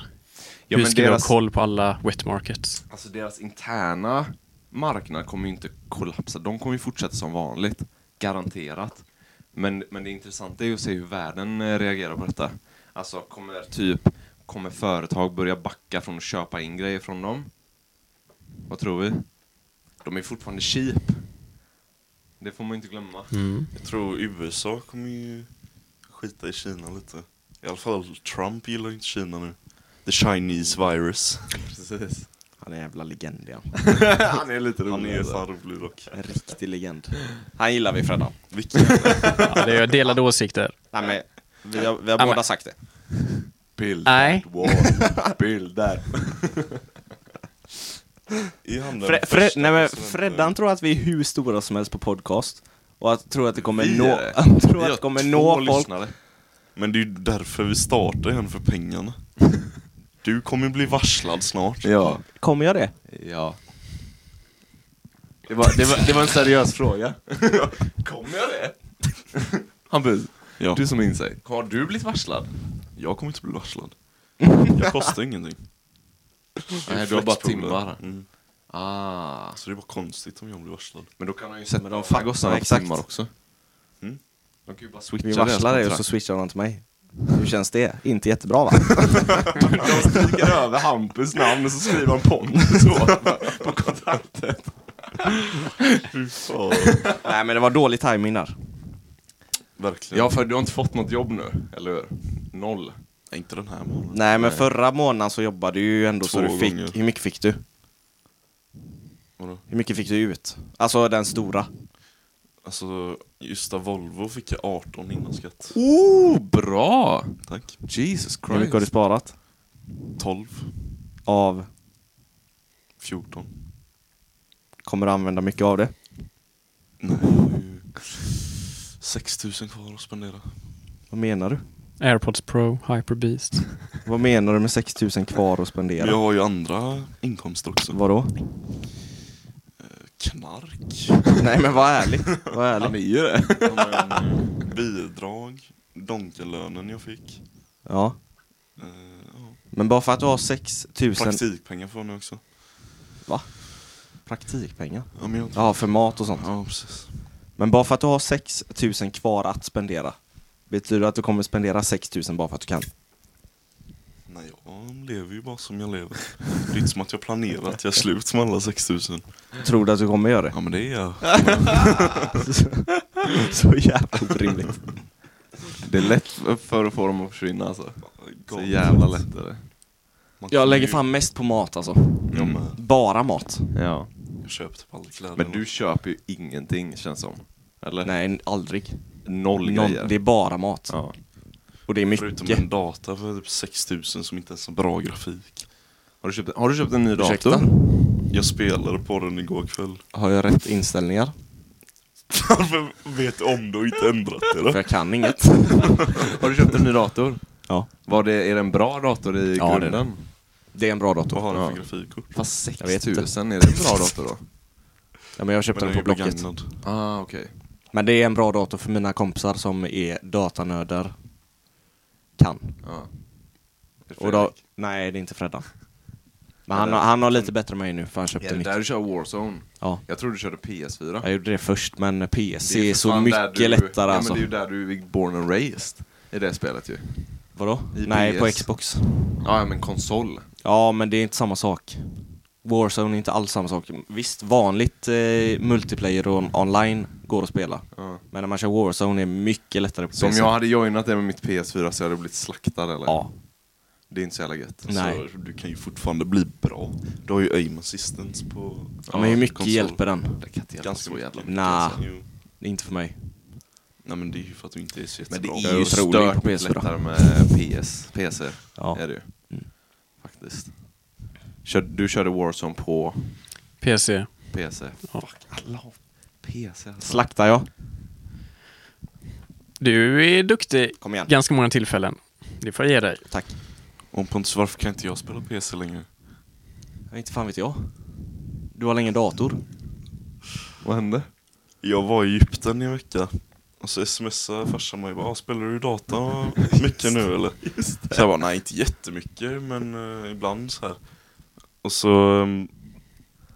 Hur
ja men
ska vi
deras,
ha koll på alla wet markets?
alltså deras interna marknad kommer ju inte kollapsa. De kommer ju fortsätta som vanligt. Garanterat. Men, men det intressanta är ju att se hur världen eh, reagerar på detta. Alltså kommer typ, kommer företag börja backa från att köpa in grejer från dem? Vad tror vi? De är fortfarande cheap. Det får man inte glömma.
Mm.
Jag tror USA kommer ju skita i Kina lite. I alla fall Trump gillar ju inte Kina nu. The Chinese virus.
Precis.
Han är en jävla legend igen.
Han är lite
Han är ju
rolig.
fan rolig dock.
En riktig legend. Han gillar vi Freddan.
Vilken
Ja, det är delade åsikter.
Nej men, vi har, vi har
men-
båda sagt det.
bild.
Nej.
Wow. Bild där. Är han den
Fre- Fre-
första
nej, men
presidenten?
Freddan tror att vi är hur stora som helst på podcast. Och att, tror att det kommer
Vi
nå,
är det.
han tror
Vi
att
har
det kommer
två
nå folk.
lyssnare.
Men det är ju därför vi startar igen, för pengarna. Du kommer bli varslad snart.
Ja.
Kommer jag det?
Ja. Det var, det, var, det var en seriös fråga. Kommer jag det? Hampus,
Ja.
du som är insight. Har du blivit varslad?
Jag kommer inte bli varslad. Jag kostar ingenting.
Nej, du har bara
Flexpooler.
timmar.
Mm.
Ah.
Så det är bara konstigt om jag blir varslad.
Men då kan han ju sätta
Men de
de
fattar
gossarna på
exakt.
timmar också.
Mm.
De kan ju bara
Vi
switcha
varslar dig och
deras
så
kontrakt.
switchar han till mig. Hur känns det? Inte jättebra va?
De skriker över Hampus namn och så skriver han Pontus åt på kontrakt. skämtet.
Fy fan.
Nej men det var dålig timing där.
Verkligen.
Ja, för du har inte fått något jobb nu, eller hur? Noll.
Inte den här månaden.
Nej men förra månaden så jobbade du ju ändå så
Två
du fick,
gånger.
hur mycket fick du?
Vadå?
Hur mycket fick du ut? Alltså den stora.
Alltså, just där Volvo fick jag 18 innan skatt.
Oh, bra!
Tack.
Jesus
Hur mycket har du
Christ.
sparat?
12,
Av,
14.
kommer du använda mycket av det?
Nej, jag har ju 6 000 kvar att spendera.
Vad menar du?
Airpods Pro, Hyperbeast.
Vad menar du med 6000 kvar att spendera?
Men jag har ju andra inkomster också.
Vadå?
Knark.
Nej men var ärlig. Var
Han är
ärlig.
ju det.
Ja, men, eh, bidrag. Donkelönen jag fick.
Ja.
Eh, ja.
Men bara för att du har 6000
Praktikpengar får jag nu också.
praktikpengar.
Ja, men jag...
Ja, för mat och sånt.
ja precis.
Men bara för att du har 6000 kvar att spendera. Betyder det att du kommer spendera 6000 bara för att du kan?
Nej, jag lever ju bara som jag lever. Det är inte som att jag planerar att jag är slut med alla 6000.
Tror du att du kommer göra det?
Ja, men det är jag.
Så jävla orimligt.
Det är lätt för att få dem att försvinna alltså. Så
Galet.
jävla lätt är det.
Man
Jag
kommer
lägger
ju-
fan mest på mat alltså.
Jag med.
Bara mat.
Ja.
Jag köper typ aldrig kläder.
Men du köper ju ingenting känns som. Eller?
Nej, aldrig.
Noll
Någon,
grejer.
det är bara mat.
Ja.
Och det är
Förutom
mycket.
en data för typ 6000 som inte ens har bra grafik.
Har, du köpt, har du köpt en ny
Ursäkta?
dator?
Jag spelade på den igår kväll.
Har jag rätt inställningar?
Varför vet du om du har inte ändrat det
För
då?
jag kan inget.
Har du köpt en ny dator?
Ja.
Var det, är det en bra dator i
Ja, det är
grunden?
Det är en bra
Vad
dator.
har den för
Ja.
grafikkort?
Fast
Jag vet
6000, är det en bra dator då?
Ja, men jag köpte
Men
den på
ju
Blocket.
begagnad.
Ah, okej.
Men det är en bra dator för mina kompisar som är datanördar. Kan.
Ja.
Och då, nej, det är inte Freddan. Men han, har- han har lite bättre än mig nu för han
Är
köpte
det
nytt.
där du kör Warzone?
Ja.
Jag tror du körde PS4.
Jag gjorde det först men PC är,
för
så
fan där
mycket lättare
ja,
alltså.
Men det är ju där du är born and raised. I det spelet ju.
Vadå?
I
Nej,
PS.
på Xbox.
Ja, ja, men konsol.
Ja, men det är inte samma sak. Warzone är inte alls samma sak. Visst, vanligt eh, multiplayer och online går att spela.
Ja.
Men när man kör Warzone är det mycket lättare på
Så om
PC.
jag hade joinat det med mitt PS4 så hade jag blivit slaktad eller?
Ja.
Det är inte så jävla gött.
Nej.
Så du kan ju fortfarande bli bra. Du har ju aim assistance på
ja. Men hur mycket
konsol.
hjälper den?
Det kan inte hjälpa
Ganska
så
mycket.
jävla
mycket,
Nah.
alltså. Jo.
Det är inte för mig.
Nej men det är ju för att du inte är så
Men det
jättebra.
är ju
Jag tror det är på
stört
PS4.
lättare med PS, PC.
Ja.
Är det ju.
Mm.
Faktiskt. Kör, du körde Warzone på
PC.
PC.
Ja.
Fuck, alla har PC alltså.
Slaktar jag?
Du är duktig
Kom igen.
ganska många tillfällen. Det får jag ge dig.
Tack.
Om Pontus, varför kan inte jag spela PC längre?
Ja, Inte fan vet jag. Du har länge dator.
Vad hände?
Jag var i Egypten i en vecka. Och så smsade farsan mig bara, "Ah, spelar du data mycket nu eller? Så jag bara, nej inte jättemycket men eh, ibland så här. Och så, ehm,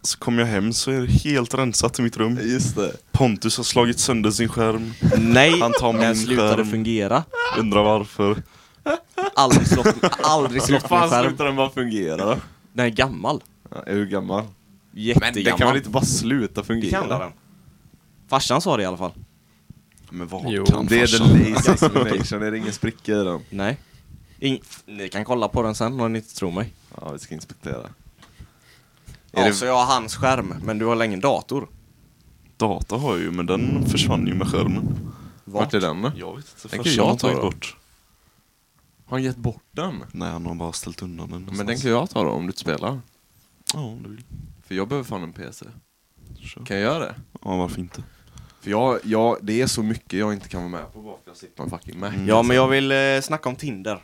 så kom jag hem så är det helt rensat i mitt rum.
Just det.
Pontus har slagit sönder sin skärm,
Nej,
Han tar min
den slutade
skärm.
fungera.
undrar varför.
Aldrig slått, aldrig
Hur
slått min
fan
skärm.
slutar den bara fungera då?
Den är gammal.
Ja, hur gammal?
Jättegammal.
Men det kan väl inte bara sluta
Det
fungera?
kan den. Farsan sa det i alla fall.
Men vad
Jo.
kan
Det är the
farsan?
lazy explanation, är det ingen spricka i den?
Nej. Ing- ni kan kolla på den sen om ni inte tror mig.
Ja, vi ska inspektera.
Ja,
Är det-
så jag har hans skärm, men du har länge dator.
Data har jag ju men den försvann ju med skärmen.
Vart är den då?
Mm. Jag vet inte,
Den kan
farsan
jag
har
ta
tagit
då.
bort.
Har han gett bort den?
Nej han har bara ställt undan den
Men den kan jag ta då om du inte spelar.
Ja om du vill.
För jag behöver fan en PC.
Kör.
Kan jag göra det?
Ja varför inte?
För jag, jag, det är så mycket jag inte kan vara med på bara för jag sitter på en fucking Mac.
Ja, men jag vill eh, snacka om Tinder.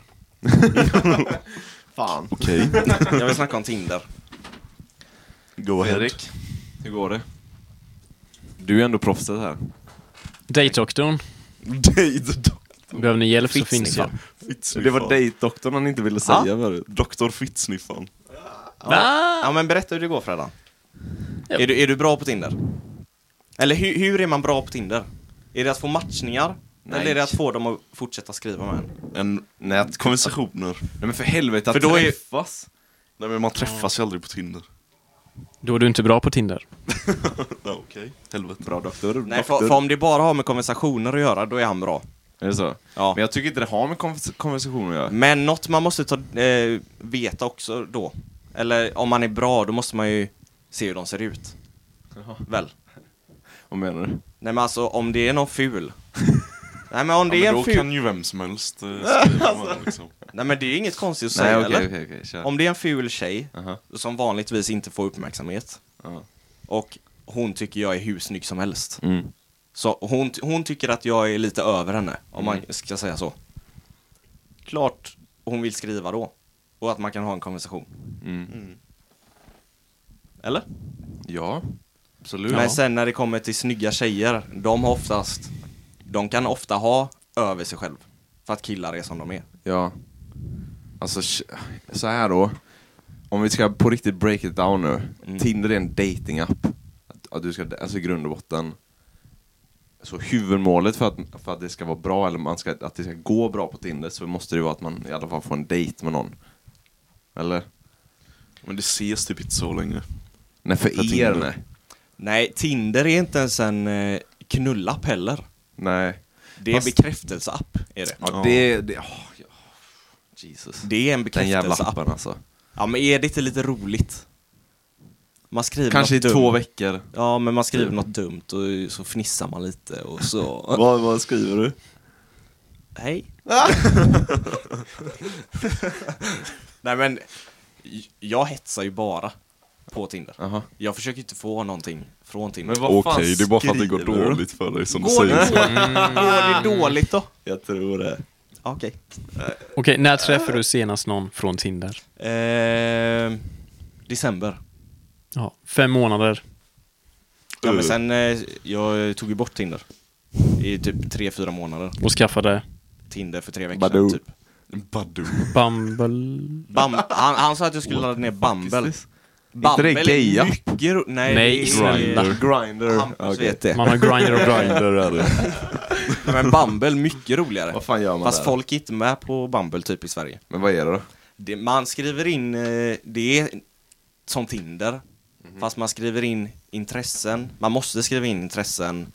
Fan.
Okej,
Jag vill snacka om Tinder.
go ahead.
Fredrik, hur går det? Du är ändå proffset här.
Date-doktorn.
Date
Behöver ni hjälp så finns jag.
Fittsniffar.
Det var dejtdoktorn han inte ville säga
säga
förut.
Doktor Fittsniffan.
Va?
Ja, men berätta hur det går Freddan.
Ja.
Är, du, är du bra på Tinder? Eller hur, hur är man bra på Tinder? Är det att få matchningar?
Nej.
Eller är det att få dem att fortsätta skriva med en?
En
Nät.
konversationer.
Nej men för helvete att
För då är-
träffas.
Nej men man träffas ju aldrig på Tinder.
Då är du inte bra på Tinder.
Ja, Okej, helvete.
Bra doktor.
Nej, för,
doktor.
för om det bara har med konversationer att göra, då är han bra.
Är det så?
Ja.
Men jag Mm. tycker inte det har med konvers- konversationer att göra.
Men något man måste ta, eh, veta också då, eller om man är bra, då måste man ju se hur de ser ut. Väl?
Vad menar du?
Nej men alltså om det är någon ful. Nej men om det
Ja,
är
men
en
då
ful.
kan ju vem som helst eh, skriva om det, liksom.
Nej men det är inget konstigt att
Nej
säga
okej,
eller?
okej, okej, kör.
Om det är en ful tjej
Aha.
som vanligtvis inte får uppmärksamhet
Ja.
och hon tycker jag är hur snygg som helst.
Mm.
Så hon, hon tycker att jag är lite över henne, om
Mm.
man ska säga så. Klart hon vill skriva då. Och att man kan ha en konversation.
Mm.
Eller?
Ja, absolut.
Men sen när det kommer till snygga tjejer, de har oftast, de kan ofta ha över sig själv. För att killar är som de är.
Ja. Alltså, sh- så här då. Om vi ska på riktigt break it down nu.
Mm.
Tinder är en dating-app. Att, att du ska, alltså i grund och botten. Så huvudmålet för att, för att det ska vara bra, eller man ska, att det ska gå bra på Tinder, så måste det ju vara att man i alla fall får en dejt med någon. Eller?
Men det ses typ inte så länge.
Nej, för,
För
er
Tinder.
nej.
Nej, Tinder är inte ens en eh, knullapp heller.
Nej.
Det är en
Fast-
bekräftelseapp, är det.
Ja,
Ja.
det... det åh, ja. Jesus.
Det är en
Den jävla
bekräftelseapp.
appen alltså.
Ja, men är det inte lite roligt? Man skriver
Kanske i
något
två
dumt.
veckor.
Ja, men man skriver något dumt och så fnissar man lite och så...
Vad, vad skriver du?
Hej. Nej, men j- jag hetsar ju bara på Tinder.
Jaha.
Jag försöker inte få någonting från Tinder.
Men vad
Okej,
fan
det är bara för att det går
skriver du då?
dåligt för dig som du
Går det,
säger.
dåligt? Går
Mm.
det dåligt då?
Jag tror det.
Ah, Okej.
Okej, när träffade du senast någon från Tinder?
Ehm, december.
Ja, fem månader.
Ja, men sen, eh, jag tog ju bort Tinder. I typ tre fyra månader.
Och skaffade
Tinder för tre veckor
Badoo.
sedan, typ.
Badoo.
Bumble...
Bam- han, han sa att jag skulle ladda ner Bumble.
Inte det gay-app?
mycket ro- Nej,
Nej,
det är-
snälla.
Grinder.
Hampus vet det.
Man har Grindr och Grindr.
Grindr är det.
Men Bumble, mycket roligare.
Vad fan gör man
Fast
där?
folk är inte med på Bumble typ i Sverige.
Men vad är det då?
Det, man skriver in, eh, det är som Tinder.
Mhm.
Fast man skriver in intressen. Man måste skriva in intressen.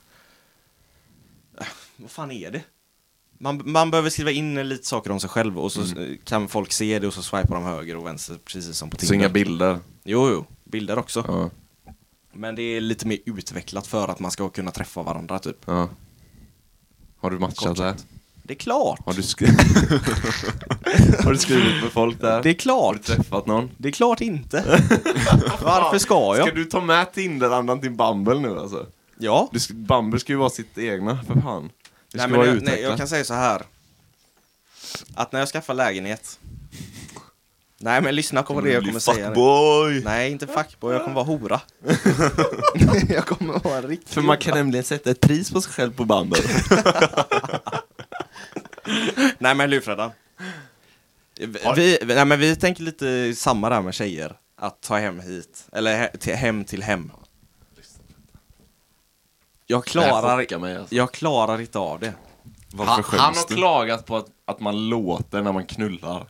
Eh, Vad fan är det? Man, man behöver skriva in lite saker om sig själv och så eh, kan folk se det och så swipar de höger och vänster precis som på Tinder.
Mm. Så inga bilder?
Jo, jo. Bilder också.
Ja.
Men det är lite mer utvecklat för att man ska kunna träffa varandra typ.
ja. Har du matchat
Kort
där?
sagt. Det är klart!
Har du, skri- har du skrivit med folk där?
Det är
Har du
klart!
träffat någon?
Det är klart inte! Varför ska jag?
Ska du ta med Tinder-andan till Bumble nu alltså?
Ja.
Du, sk- Bumble ska ju vara sitt egna, för fan. Det
Nej,
ska
men
vara
jag,
utvecklat.
nej, jag kan säga så här. Att när jag skaffar lägenhet. Nej men lyssna på det jag kommer säga. nu.
Fuckboy!
Nej inte fuckboy, jag kommer vara hora.
jag kommer vara riktigt För man kan nämligen sätta ett pris på sig själv på Bumble.
Nej men lurfredan. Vi, nej, men vi tänker lite samma där med tjejer. Att ta hem hit. Eller he, till, hem till hem. Jag klarar,
mig alltså.
jag klarar inte av det.
Varför
han, han
skäms
har
du?
klagat på att, att man låter när man knullar.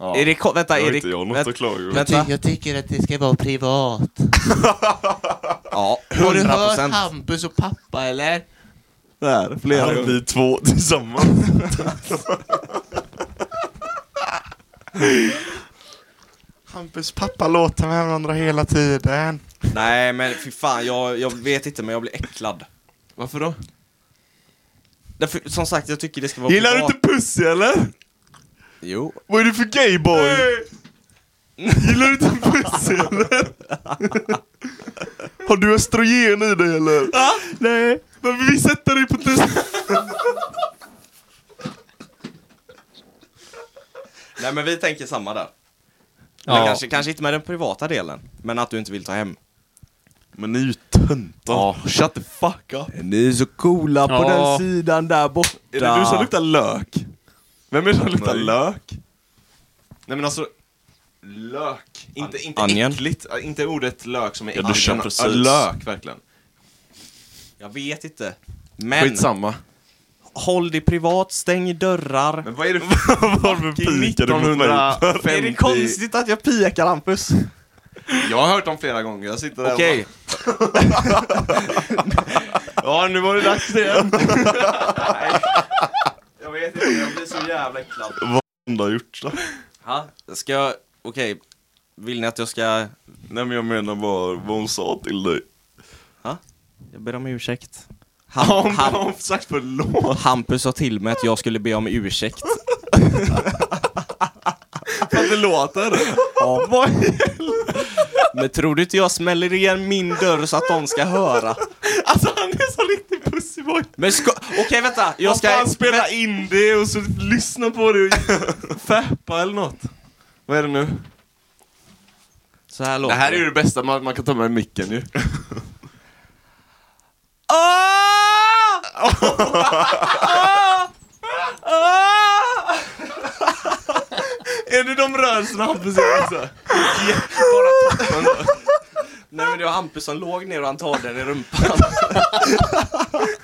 Ja.
Är det, ko- vänta,
Jag har
är det,
inte jag något
vänt-
att klaga över.
vänta.
Jag tycker att det ska vara privat.
Ja,
Har du hört
100%.
Hampus och pappa eller?
Där, flera gånger. Vi två tillsammans. Hampus pappa låter med varandra hela tiden.
Nej men fy fan, jag, jag vet inte men jag blir äcklad.
Varför då?
Därför, som sagt, jag tycker det ska vara
Gillar du
privat.
inte Pussy eller?
Jo.
Vad är du för gayboy? Gillar du inte Pussy eller? Har du östrogen i dig eller? Nej. Men vi sätter dig på test.
Nej men vi tänker samma där.
Ja.
Men kanske, kanske inte med den privata delen, men att du inte vill ta hem.
Men ni är ju töntar.
shut the fuck up.
Ni är så coola
på Ja. den
sidan där borta.
Är det du som luktar lök? Vem är det som luktar
Nej.
lök? Nej men alltså, lök. Inte, inte
Onion.
äckligt, äh, inte ordet lök som är
Jag
äckligt.
duschar
men,
precis.
äh, Lök, verkligen.
Jag vet inte. Men
Skitsamma.
håll det privat, stäng dörrar.
Men vad är det för
Varför pikar du mot mig?
1950?
Är det konstigt att jag pekar Hampus?
Jag har hört dem flera gånger, jag sitter där och
Okej. ja, nu var det dags igen. Nej. Jag vet inte, jag blir så jävla äcklad.
Vad har gjort då?
Ha? Ska jag... Okej. Vill ni att jag ska...
Nej men jag menar bara vad hon sa till dig.
Ha? Jag ber om ursäkt.
bara...
Han,
Om de
han,
har sagt förlåt!
Hampus sa till mig att jag skulle be om ursäkt.
Vad det låter!
Ja, vad i helvete? Men tror du inte jag smäller igen min dörr så att de ska höra?
Alltså han är så riktig pussyboy!
Men ska... Okej, vänta! Jag
Jag
ska...
ska han spela in det och så lyssna på det och fäppa eller något. Vad är det nu?
Så här
Det
låter
här är ju det bästa, man, man kan ta med micken ju. är det de rörelserna Hampus gör också?
Nej men det var Hampus som låg ner och han tar den i rumpan.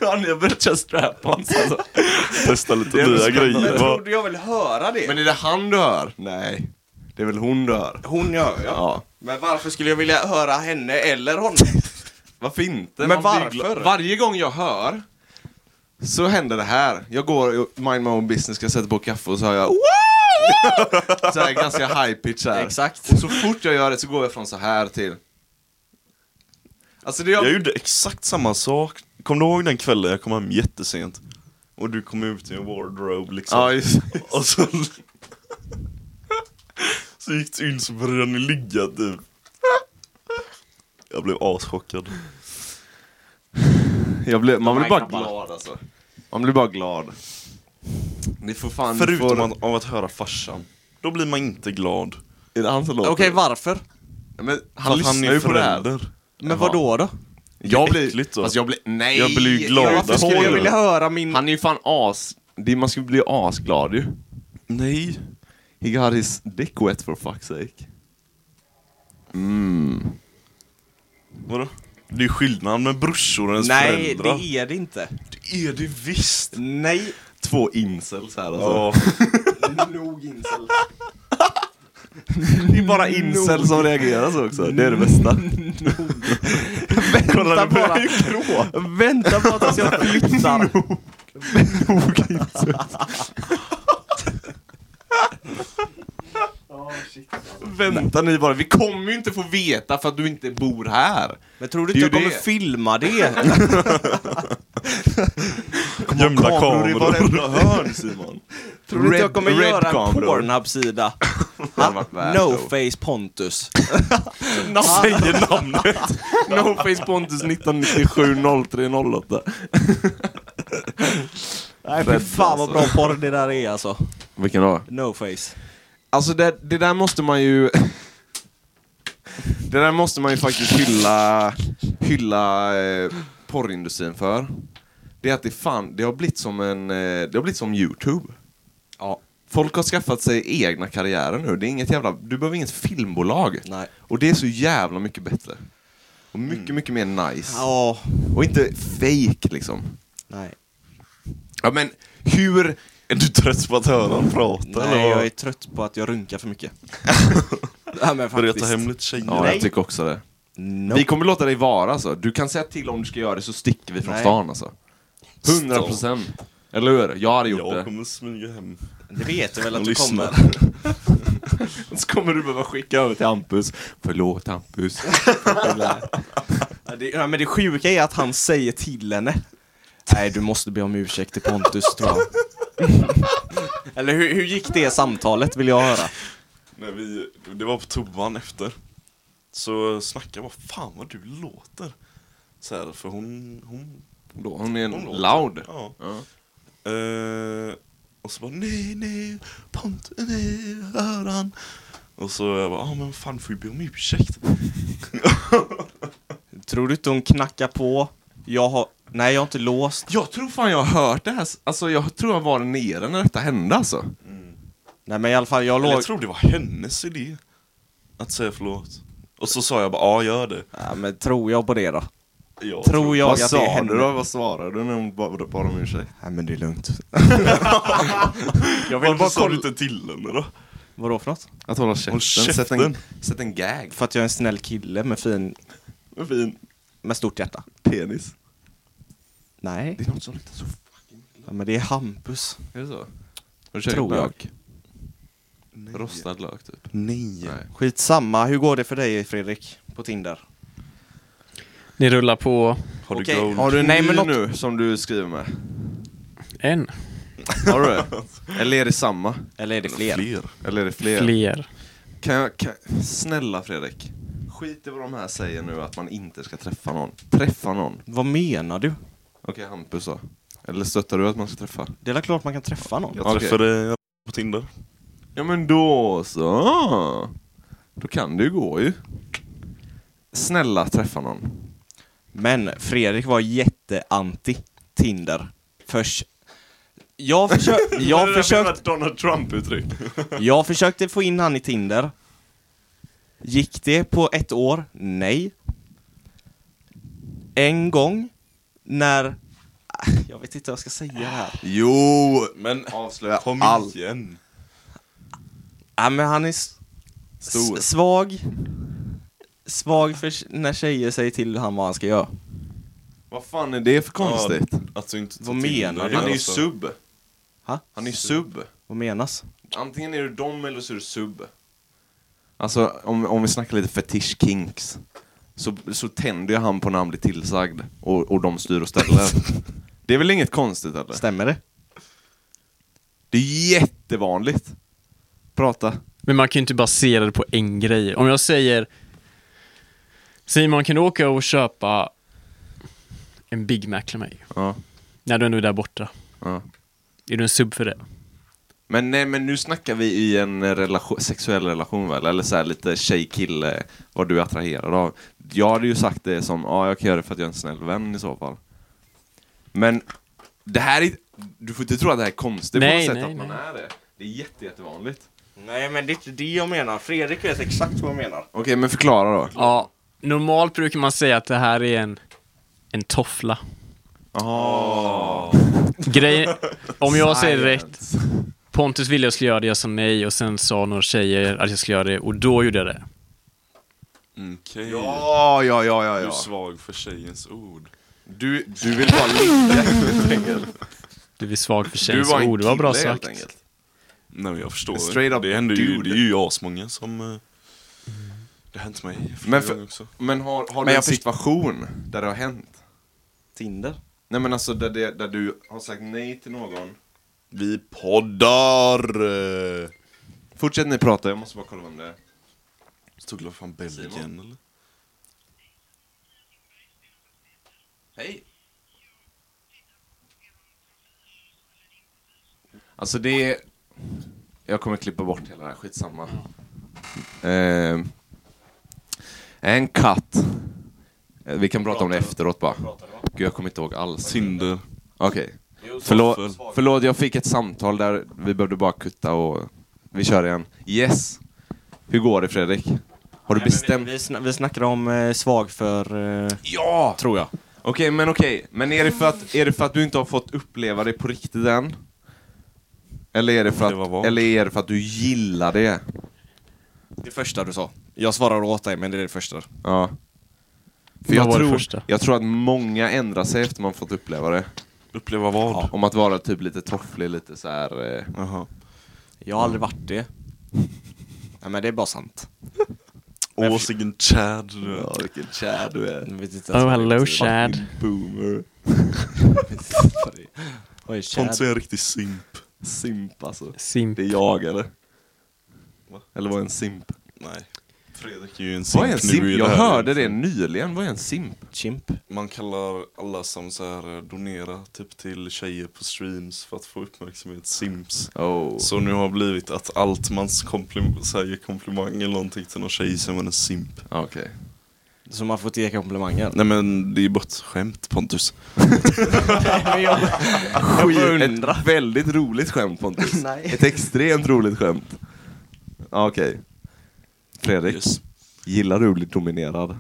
Han har börjat köra strap-ons alltså.
Testa lite
Det är
nya
spännande.
grejer.
Jag
Va?
trodde jag ville höra det.
Men är det han du hör? Nej. Det är väl hon du hör?
hon gör jag.
Ja.
Men varför skulle jag vilja höra henne eller honom?
Varför inte?
Men
Man blir
varför?
glad. Varje gång jag hör så händer det här. Jag går och mind my own business, ska sätta på kaffe och så hör jag så här, ganska high pitch här.
Exakt.
Och så fort jag gör det så går jag från så här till... Alltså det jag...
Jag gjorde exakt samma sak. Kommer du ihåg den kvällen jag kom hem jättesent? Och du kom ut i en wardrobe liksom.
Ja, just
Och så... så gick du in så började ni ligga typ. Jag blev aschockad.
jag blev, Man blir
här
bara
grabbarna.
glad alltså. Man blir bara glad. Ni får fan... ni
Förutom
får...
att, av att höra farsan. Då blir man inte glad.
Är det han som låter?
Okej varför?
Men
För
han
att
lyssnar ju på det här.
Men vad då då?
Jag
äckligt då.
Alltså jag blir... Nej!
Jag blir ju glad.
Varför skulle jag vilja höra min...
Han är ju fan as... Det, man skulle bli asglad ju.
Nej.
He got his dick wet for fuck's sake.
Vadå? Det är ju skillnad med brorsor och ens
Nej
föräldrar.
det är det inte.
det är det visst.
Nej.
Två incels här alltså.
Ja,
Nog incel.
Det är bara incels som reagerar så också. Det är det bästa.
Vänta bara. Vänta bara tills jag flyttar.
Vänta ni bara, vi kommer ju inte få veta för att du inte bor här.
Men tror du
Det
inte
är
jag
ju
kommer
det.
filma det?
gömda kameror.
i varenda hörn Simon.
Tror du inte jag kommer
red
göra en
kameror.
Pornhub-sida?
hade varit värt
no
det.
face Pontus.
Han säger namnet. Noface Pontus 1997 0308.
Nej fy fan vad bra porr det där är alltså.
Vilken då?
No face.
Alltså det, det där måste man ju... Det där måste man ju faktiskt hylla, hylla eh, porrindustrin för. Det är att det fan, det har blivit som en, eh, det har blivit som Youtube.
Ja.
Folk har skaffat sig egna karriärer nu. Det är inget jävla, du behöver inget filmbolag.
Nej. Mm.
Och det är så jävla mycket bättre. Och mycket, mycket mer nice.
Ja.
Och inte fake liksom.
Nej.
Ja men hur...
Är du trött på att höra honom prata
Nej,
eller
jag
vad?
är trött på att jag runkar för mycket. Nej men
Börja ta
faktiskt.
hem lite tjejer.
Ja, jag tycker också det.
No.
Vi kommer låta dig vara alltså. Du kan säga till om du ska göra det så sticker vi från
Nej.
stan alltså. 100 procent. Eller hur? Jag hade gjort
Jag
det.
kommer smyga hem.
Det vet du väl att
Och
du
lyssna.
kommer.
Så kommer du behöva skicka över till Hampus. Förlåt Hampus.
Ja, det, ja, men det sjuka är att han säger till henne. Nej, du måste be om ursäkt till Pontus tror jag. Eller hur, hur gick det samtalet vill jag höra.
När vi, det var på toan efter. Så snackade jag bara, fan vad du låter. Så här, för hon, hon
Då, hon är en
Hon låter.
loud.
Ja.
Ja.
Eh, och så bara nej, nej, Pontus, nej, öran. Och så jag bara, ja ah, men fan får ju be om ursäkt.
Tror du inte hon knackar på? Jag har... Nej, jag har inte låst.
Jag tror fan jag har hört det här. s- Alltså jag tror jag var nere när detta hände alltså.
Nej, men i alla fall jag
Eller
låg...
jag tror det var hennes idé. Att säga förlåt. Och så sa jag bara, ja gör det.
Ja, men tror jag på det då?
Jag
Tror jag
Vad
att det
sa
hände?
du då? Vad svarade du när hon bad bad om ursäkt?
Nej, men det är lugnt.
jag
vill
Varför
bara
sa du
kolla-
inte till henne då?
Vadå för något?
Att hålla käften. Sätt, en,
käften.
sätt en gag.
För att jag är en snäll kille med fin,
En fin
med stort hjärta.
penis.
Nej.
Det är något som luktar så fucking...
Ja, men det är Hampus.
Är det så?
Har du käkat
Tror jag.
lök? Rostad lök typ.
Nej.
Nej.
Skitsamma, hur går det för dig Fredrik? På Tinder?
Ni rullar på
Har du
Okej,
gold?
Har du en
Nej,
ny
men något-
nu som du skriver med?
en,
Har du det? Eller är det samma?
Eller är det fler?
Eller är det fler?
fler.
Kan jag, kan... Snälla Fredrik. Skit i vad de här säger nu att man inte ska träffa någon. Träffa någon.
Vad menar du?
Okej, Hampus då. Eller stöttar du att man ska träffa?
Det är väl klart man kan träffa någon?
Jag
Okej.
träffade en på Tinder.
Ja men då så. Då kan det ju gå ju. Snälla träffa någon.
Men Fredrik var jätteanti Tinder. Förs... Jag, försö... jag, försökt...
Donald Trump-uttryck.
jag försökte få in han i Tinder. Gick det på ett år? Nej. En gång när... Ah, Jag vet inte vad jag ska säga här.
Jo!
Men
Avslöja
kom
allt.
igen.
Ja, men han är s-
Stor.
s- svag. Svag för när tjejer säger till han vad han ska göra.
Vad fan är det för konstigt?
Ja, att du inte
Vad menar du?
Han är ju sub.
Ha?
Alltså- Han är ju sub.
Vad menas?
Antingen är du dom eller så är du sub. Alltså om, om vi snackar lite fetish kinks. Så, så tänder ju han på när han blir tillsagd och, och de styr och ställer. det är väl inget konstigt eller?
Stämmer det?
Det är jättevanligt. Prata.
Men man kan ju inte basera det på en grej. Om jag säger Simon, kan du åka och köpa en Big Mac till mig?
Ja,
När du ändå är där borta.
ja.
Är du en sub för det?
Men nej, men nu snackar vi i en relation, sexuell relation väl? Eller så här lite tjej-kille, vad du är attraherad av. Jag hade ju sagt det som, ja jag kan göra det för att jag är en snäll vän i så fall. Men det här är, du får inte tro att det här är konstigt på
Nej,
något sätt
nej,
att man
nej.
är det. Det är jätte, jättevanligt.
Nej men det är inte det jag menar. Fredrik vet exakt vad jag menar.
Okej, men förklara då.
Ja, normalt brukar man säga att det här är en, en toffla. Grejen, om jag säger rätt, Pontus ville jag skulle göra det, jag sa nej och sen sa några tjejer att jag skulle göra det och då gjorde jag det.
Okej.
Ja, ja, ja, ja,
Du är
ja.
svag för tjejens ord.
Du, du vill bara ligga helt enkelt.
Du är svag för
Du
tjejens
var en
ord, det var bra
kille, helt
sagt.
enkelt.
Nej men jag förstår.
Straight up
det händer ju,
dude.
det är ju asmånga som... eh, Det har hänt mig flera
Men
men
för-
också.
Men har, har du
jag
en
först-
situation där det har hänt?
Tinder?
Nej men alltså där, det, där du har sagt nej till någon
Vi poddar!
Fortsätt ni prata, jag måste bara kolla om det är.
Stod det fan Belgien
Simon.
eller?
Hej!
Alltså det är... Jag kommer klippa bort hela det här, skitsamma eh, En katt Eh, Vi kan prata om det efteråt bara Gud jag kommer inte ihåg alls
Tinder.
Okej Förlåt, förlåt, jag fick ett samtal där vi behövde bara kutta och vi kör igen Yes! Hur går det Fredrik? Har du bestämt?
Vi, sn- vi snackade om eh, svag för... Eh,
Ja!
tror jag.
Okej, men okej. Men är det, för att, är det för att du inte har fått uppleva det på riktigt än? Eller är det för
Det var
att,
vad?
eller är det för att du gillar det?
Det första du sa. Jag svarar åt dig men det är det första.
Ja.
Vad
För jag
var det
tror,
första?
jag tror att många ändrar sig efter man fått uppleva det.
Uppleva vad?
Om att vara typ lite tofflig, lite så här. Eh.
Jaha.
Jag har aldrig varit det. Nej men det är bara sant.
Åh, vilken Chad.
vilken chad du är.
Jag vet inte
Oh
ens vad det
hello
betyder.
Chad.
Boomer.
Vad är
Pontus
Chad?
är en riktig simp.
Simp alltså.
Simp.
Det är jag eller? Eller var en simp?
Nej. Fredrik är ju en simp,
Vad är en simp?
nu i
Jag
här.
hörde det nyligen, vad är en simp?
Chimp.
Man kallar alla som så här eh, donerar typ till tjejer på streams för att få uppmärksamhet simps.
Oh.
Så nu har blivit att allt man komplim- säger komplimang eller någonting till någon tjej som är en simp.
Okej.
Så man får inte ge komplimanger.
Nej men det är ju bara ett skämt Pontus.
Sju, ett väldigt roligt skämt Pontus.
Nej.
Ett extremt roligt skämt. Ja, Okej. Fredrik,
Yes.
gillar du att bli dominerad?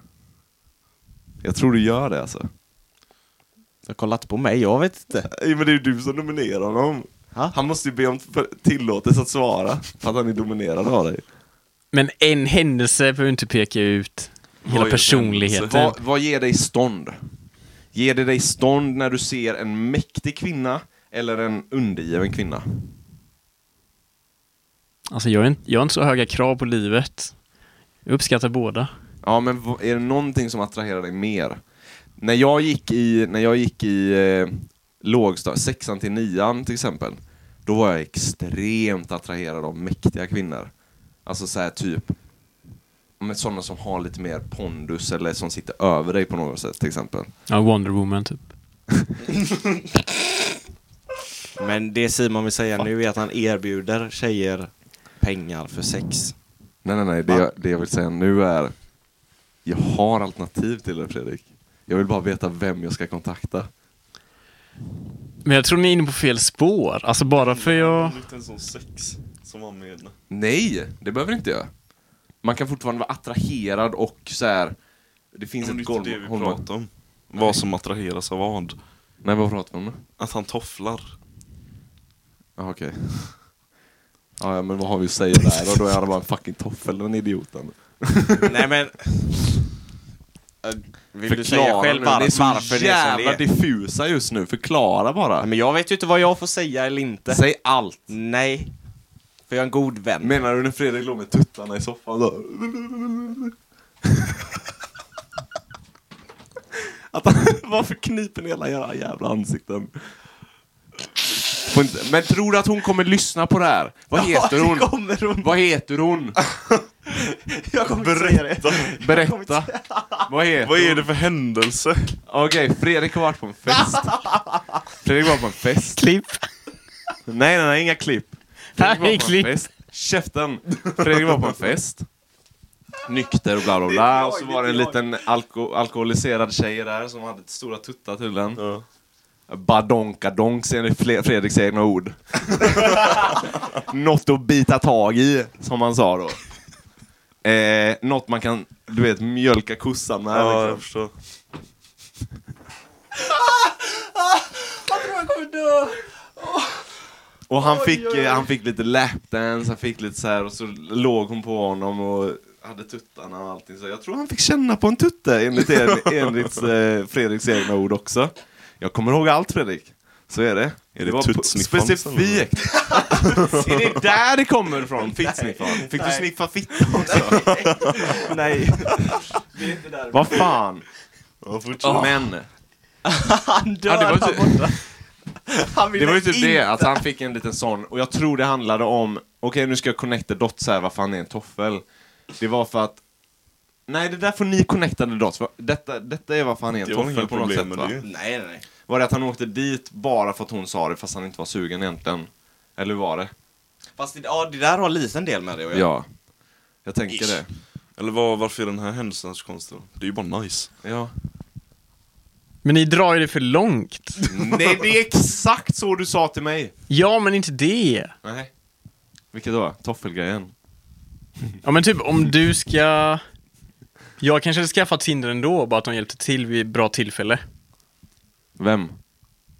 Jag tror du gör det alltså.
Jag har kollat på mig, jag vet inte.
Nej men det är ju du som dominerar honom.
Ha?
Han måste ju be om för- tillåtelse att svara, för att han är dominerad av dig.
Men en händelse behöver inte peka ut hela
är
personligheten.
Vad, vad ger dig stånd? Ger det dig stånd när du ser en mäktig kvinna eller en undergiven kvinna?
Alltså jag, är inte, jag har inte så höga krav på livet. Jag uppskattar båda.
Ja, men v- är det någonting som attraherar dig mer? När jag gick i, när jag gick i eh, lågstad, sexan till nian till exempel, då var jag extremt attraherad av mäktiga kvinnor. Alltså så här typ, men sådana som har lite mer pondus eller som sitter över dig på något sätt till exempel.
Ja, Wonder Woman typ.
Men det Simon vill säga nu är att han erbjuder tjejer pengar för sex.
Nej, nej, nej. Det jag, det jag vill säga nu är, jag har alternativ till det Fredrik. Jag vill bara veta vem jag ska kontakta.
Men jag tror ni är inne på fel spår. Alltså bara för jag...
En liten sån sex som han med.
Nej, det behöver inte jag. Man kan fortfarande vara attraherad och så här. Det finns
Men det
ett
är
golv.
inte det vi
håll-
pratar om. Vad som attraheras av vad.
Nej, vad pratar vi om nu?
Att han tofflar.
Jaha, okej. Ja, ja, men vad har vi att säga där? Och då är han bara en fucking toffel, den idioten.
Nej men... Eh, Vill du säga
Förklara
själv
nu.
var,
Det är så
varför det är som
jävla
det är?
diffusa just nu. Förklara bara.
Nej, men jag vet ju inte vad jag får säga eller inte.
Säg allt.
Nej. För jag är en god vän.
Menar du när Fredrik låg med tuttarna i soffan då? Att han, varför kniper ni hela era jävla ansikten? Får inte- Men tror du att hon kommer lyssna på det här? Vad heter
Ja,
hon?
det kommer hon.
Vad heter hon?
Jag kommer inte säga det.
Berätta. Vad heter
Vad
hon?
är det för händelse?
Okej, Fredrik har varit på en fest. Fredrik var på en fest.
Klipp!
Nej, nej, nej, inga klipp. Fredrik var
Nej,
på en
klipp!
fest. Käften! Fredrik var på en fest. Nykter och bla bla bla. Och så var det en liten alko alkoholiserad tjej där som hade stora tuttar tydligen.
Ja.
Badonkadonks enligt Fle- Fredriks egna ord. Något att bita tag i, som han sa då. Eh, något man kan, du vet, mjölka kossan med.
Ja, jag
liksom.
förstår.
Och han fick, eh, han fick lite lapdance, han fick lite så här och så låg hon på honom och hade tuttarna och allting så. Jag tror han fick känna på en tutte enligt, en, enligt eh, Fredriks egna ord också. Jag kommer ihåg allt Fredrik. Så är det.
det
var på-
tuttsniffan som-
specifikt. är det där det kommer ifrån? Fittsniffan. Fick du sniffa fitta också?
Nej.
Vad fan?
Ja, fortsätt.
Men.
Han dör
Ja, det var
här
inte-
borta. Han ville
Det var ju typ
inte.
det, att han fick en liten sån, och jag tror det handlade om, okej nu ska jag connecta dots här varför han är en toffel. Det var för att, nej det där får ni connecta the dots, för. detta, detta är varför han är en
Det var
toffel
inget
på något sätt
problem med
va?
det.
Nej, nej, nej.
Var det att han åkte dit bara för att hon sa det fast han inte var sugen egentligen? Eller hur var det?
Fast det, ja, det där har en liten del med det att göra.
Ja. Jag tänker
Ish.
det.
Eller vad, varför är den här händelsen så konstig? då? Det är ju bara nice.
Ja.
Men ni drar ju det för långt.
Nej det är exakt så du sa till mig!
Ja, men inte det.
Nej. Vilket då? Toffelgrejen?
Ja, men typ om du ska... Jag kanske hade skaffat Tinder ändå, bara att de hjälpte till vid bra tillfälle.
Vem?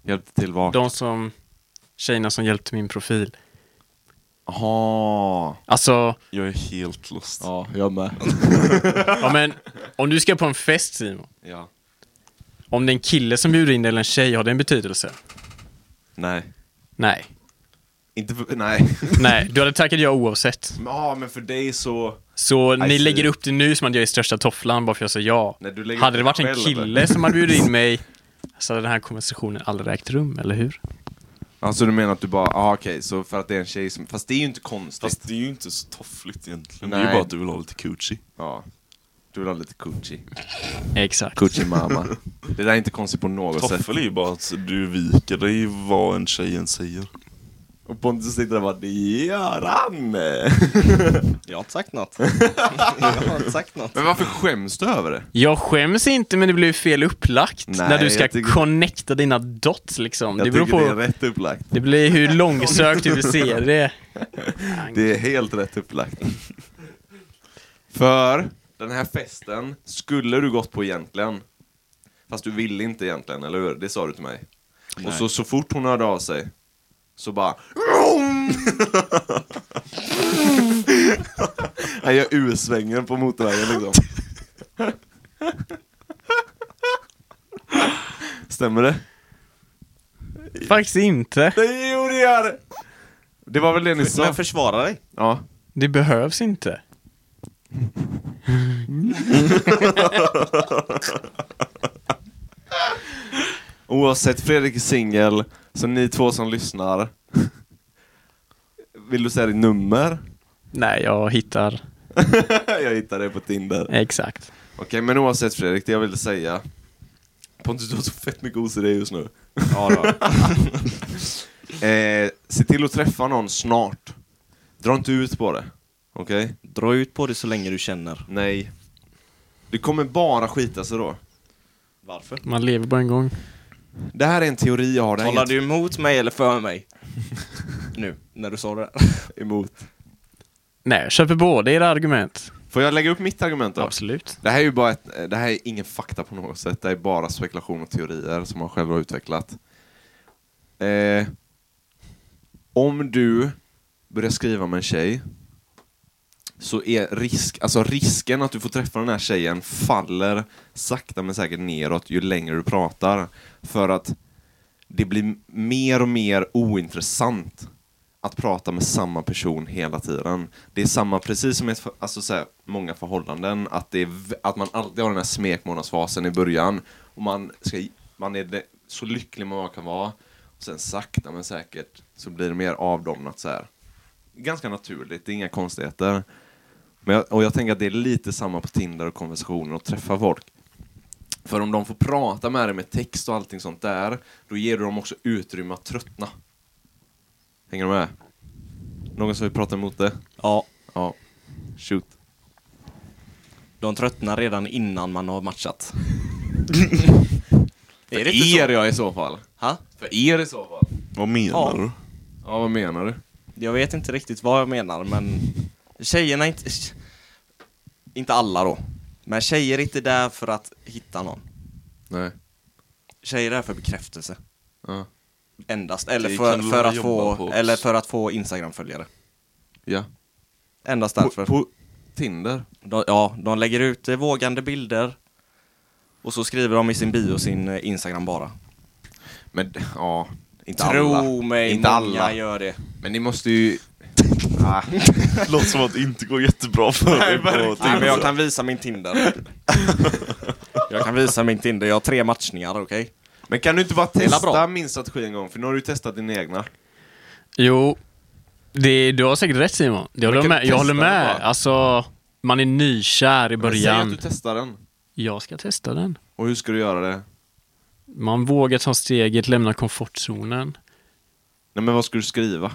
Hjälpte till vad?
De som... Tjejerna som hjälpte min profil.
Jaha.
Alltså,
Jag är helt lost.
Ja, jag med.
ja men... Om du ska på en fest, Simon.
Ja.
Om det är en kille som bjuder in dig eller en tjej, har det en betydelse?
Nej.
Nej.
Inte för, nej.
Nej, du hade tackat ja oavsett.
Ja, men för dig så...
Så ni
see.
lägger upp det nu som att jag är största tofflan bara för att jag sa ja.
Nej, du lägger
hade det
upp
varit
det
en
själv,
kille
eller?
som hade bjudit in mig så hade den här konversationen aldrig ägt rum, eller hur?
Alltså du menar att du bara, ah, okej, så för att det är en tjej som... Fast det är ju inte konstigt.
Fast det är ju inte så toffligt egentligen. Det är
Nej.
ju bara att du vill ha lite coochie.
Ja. Du vill ha lite coochie.
Exakt.
Coochie mamma. det där är inte konstigt på något sätt.
Toffel är ju bara att du viker dig i vad en tjej än säger.
Och Pontus sitter där och bara, det gör han!
Jag har inte sagt något. jag har inte sagt något.
men varför skäms du över det?
Jag skäms inte, men det blir ju fel upplagt
Nej,
när du ska
jag tycker-
connecta dina dots liksom.
Jag
Det beror
tycker
på...
det är
Det,
rätt upplagt.
blir hur långsökt du vill se det.
Det är helt rätt upplagt. för den här festen skulle du gått på egentligen. Fast du ville inte egentligen, eller hur? Det sa du till mig. Och så, så fort hon hörde av sig Så bara... Han gör U-svängen på motorvägen liksom. Stämmer det?
Faktiskt inte.
Nej, jo det gör det! Det var väl det ni sa?
Men försvara dig.
Ja.
Det behövs inte.
Oavsett Fredrik är singel, så ni två som lyssnar. Vill du säga ditt nummer?
Nej, jag hittar
jag hittade det på Tinder.
Eh.
exakt.
Okej, men oavsett Fredrik, det jag ville säga. Pontus, du har så fett mycket OCD just nu.
Ja, då.
Eh, se till att träffa någon snart. Dra inte ut på det. Okej?
Dra ut på det så länge du känner.
Nej. Det kommer bara skita sig då.
Varför?
Man lever bara en gång.
Det här är en teori jag har. Den är
Talar du emot mig eller för mig? nu, när du sa det.
helt emot.
Nej, jag köper båda era argument.
Får jag lägga upp mitt argument då?
Absolut.
Det här är ju bara ett, eh, det här är ingen fakta på något sätt. Det här är bara spekulation och teorier som man själv har utvecklat. Eh, om du börjar skriva med en tjej så är risk, alltså risken att du får träffa den här tjejen faller sakta men säkert neråt ju längre du pratar. För att det blir mer och mer ointressant att prata med samma person hela tiden. Det är samma, precis som i ett, för- alltså, så här, många förhållanden, att, det är, v- att man alltid har den här smekmånadsfasen i början. Och man, ska, man är det, så lycklig man bara kan vara. Och sen sakta men säkert så blir det mer avdomnat så här. Ganska naturligt, det är inga konstigheter. Men jag, och jag tänker att det är lite samma på Tinder och konversationer och träffa folk. För om de får prata med dig med text och allting sånt där, då ger du dem också utrymme att tröttna. Hänger du med? Någon som vill prata emot det?
Ja,
Ja. Shoot.
de tröttnar redan innan man har matchat. är det inte
För er
så?
ja i så fall.
Ha?
För er i så fall.
Vad menar
Ja.
du?
Ja, vad menar du?
Jag vet inte riktigt vad jag menar, men tjejerna är inte... Inte alla då. Men tjejer är inte där för att hitta någon.
Nej.
Tjejer är där för bekräftelse.
Ja.
Endast. Eller
Det
för,
kan
för,
de
att,
jobba
få,
på.
eller för att få Instagram-följare.
ja.
Endast
På,
därför.
på Tinder?
De, ja, de lägger ut eh, vågande bilder. Och så skriver de i sin bio sin eh, Instagram bara.
Men ja, inte
Tro
alla.
mig,
inte
många
alla.
gör det.
Men ni måste ju... ah.
Det låter som att det inte går jättebra för dig på
Nej, men
Tinder.
jag kan visa min Tinder. jag kan visa min Tinder. Jag har tre matchningar, okej?
Men kan du inte bara
är la
testa
bra.
min strategi en gång? För nu har du ju testat din egna.
Jo, det, du har säkert rätt Simon. Jag håller
kan
med. Jag
testa
håller
det
med.
bara.
Alltså, man är nykär i
Men Säg att
början.
du testar den.
Jag ska testa den.
Och hur ska du göra det?
Man vågar ta steget, lämna komfortzonen.
Nej men vad ska du skriva?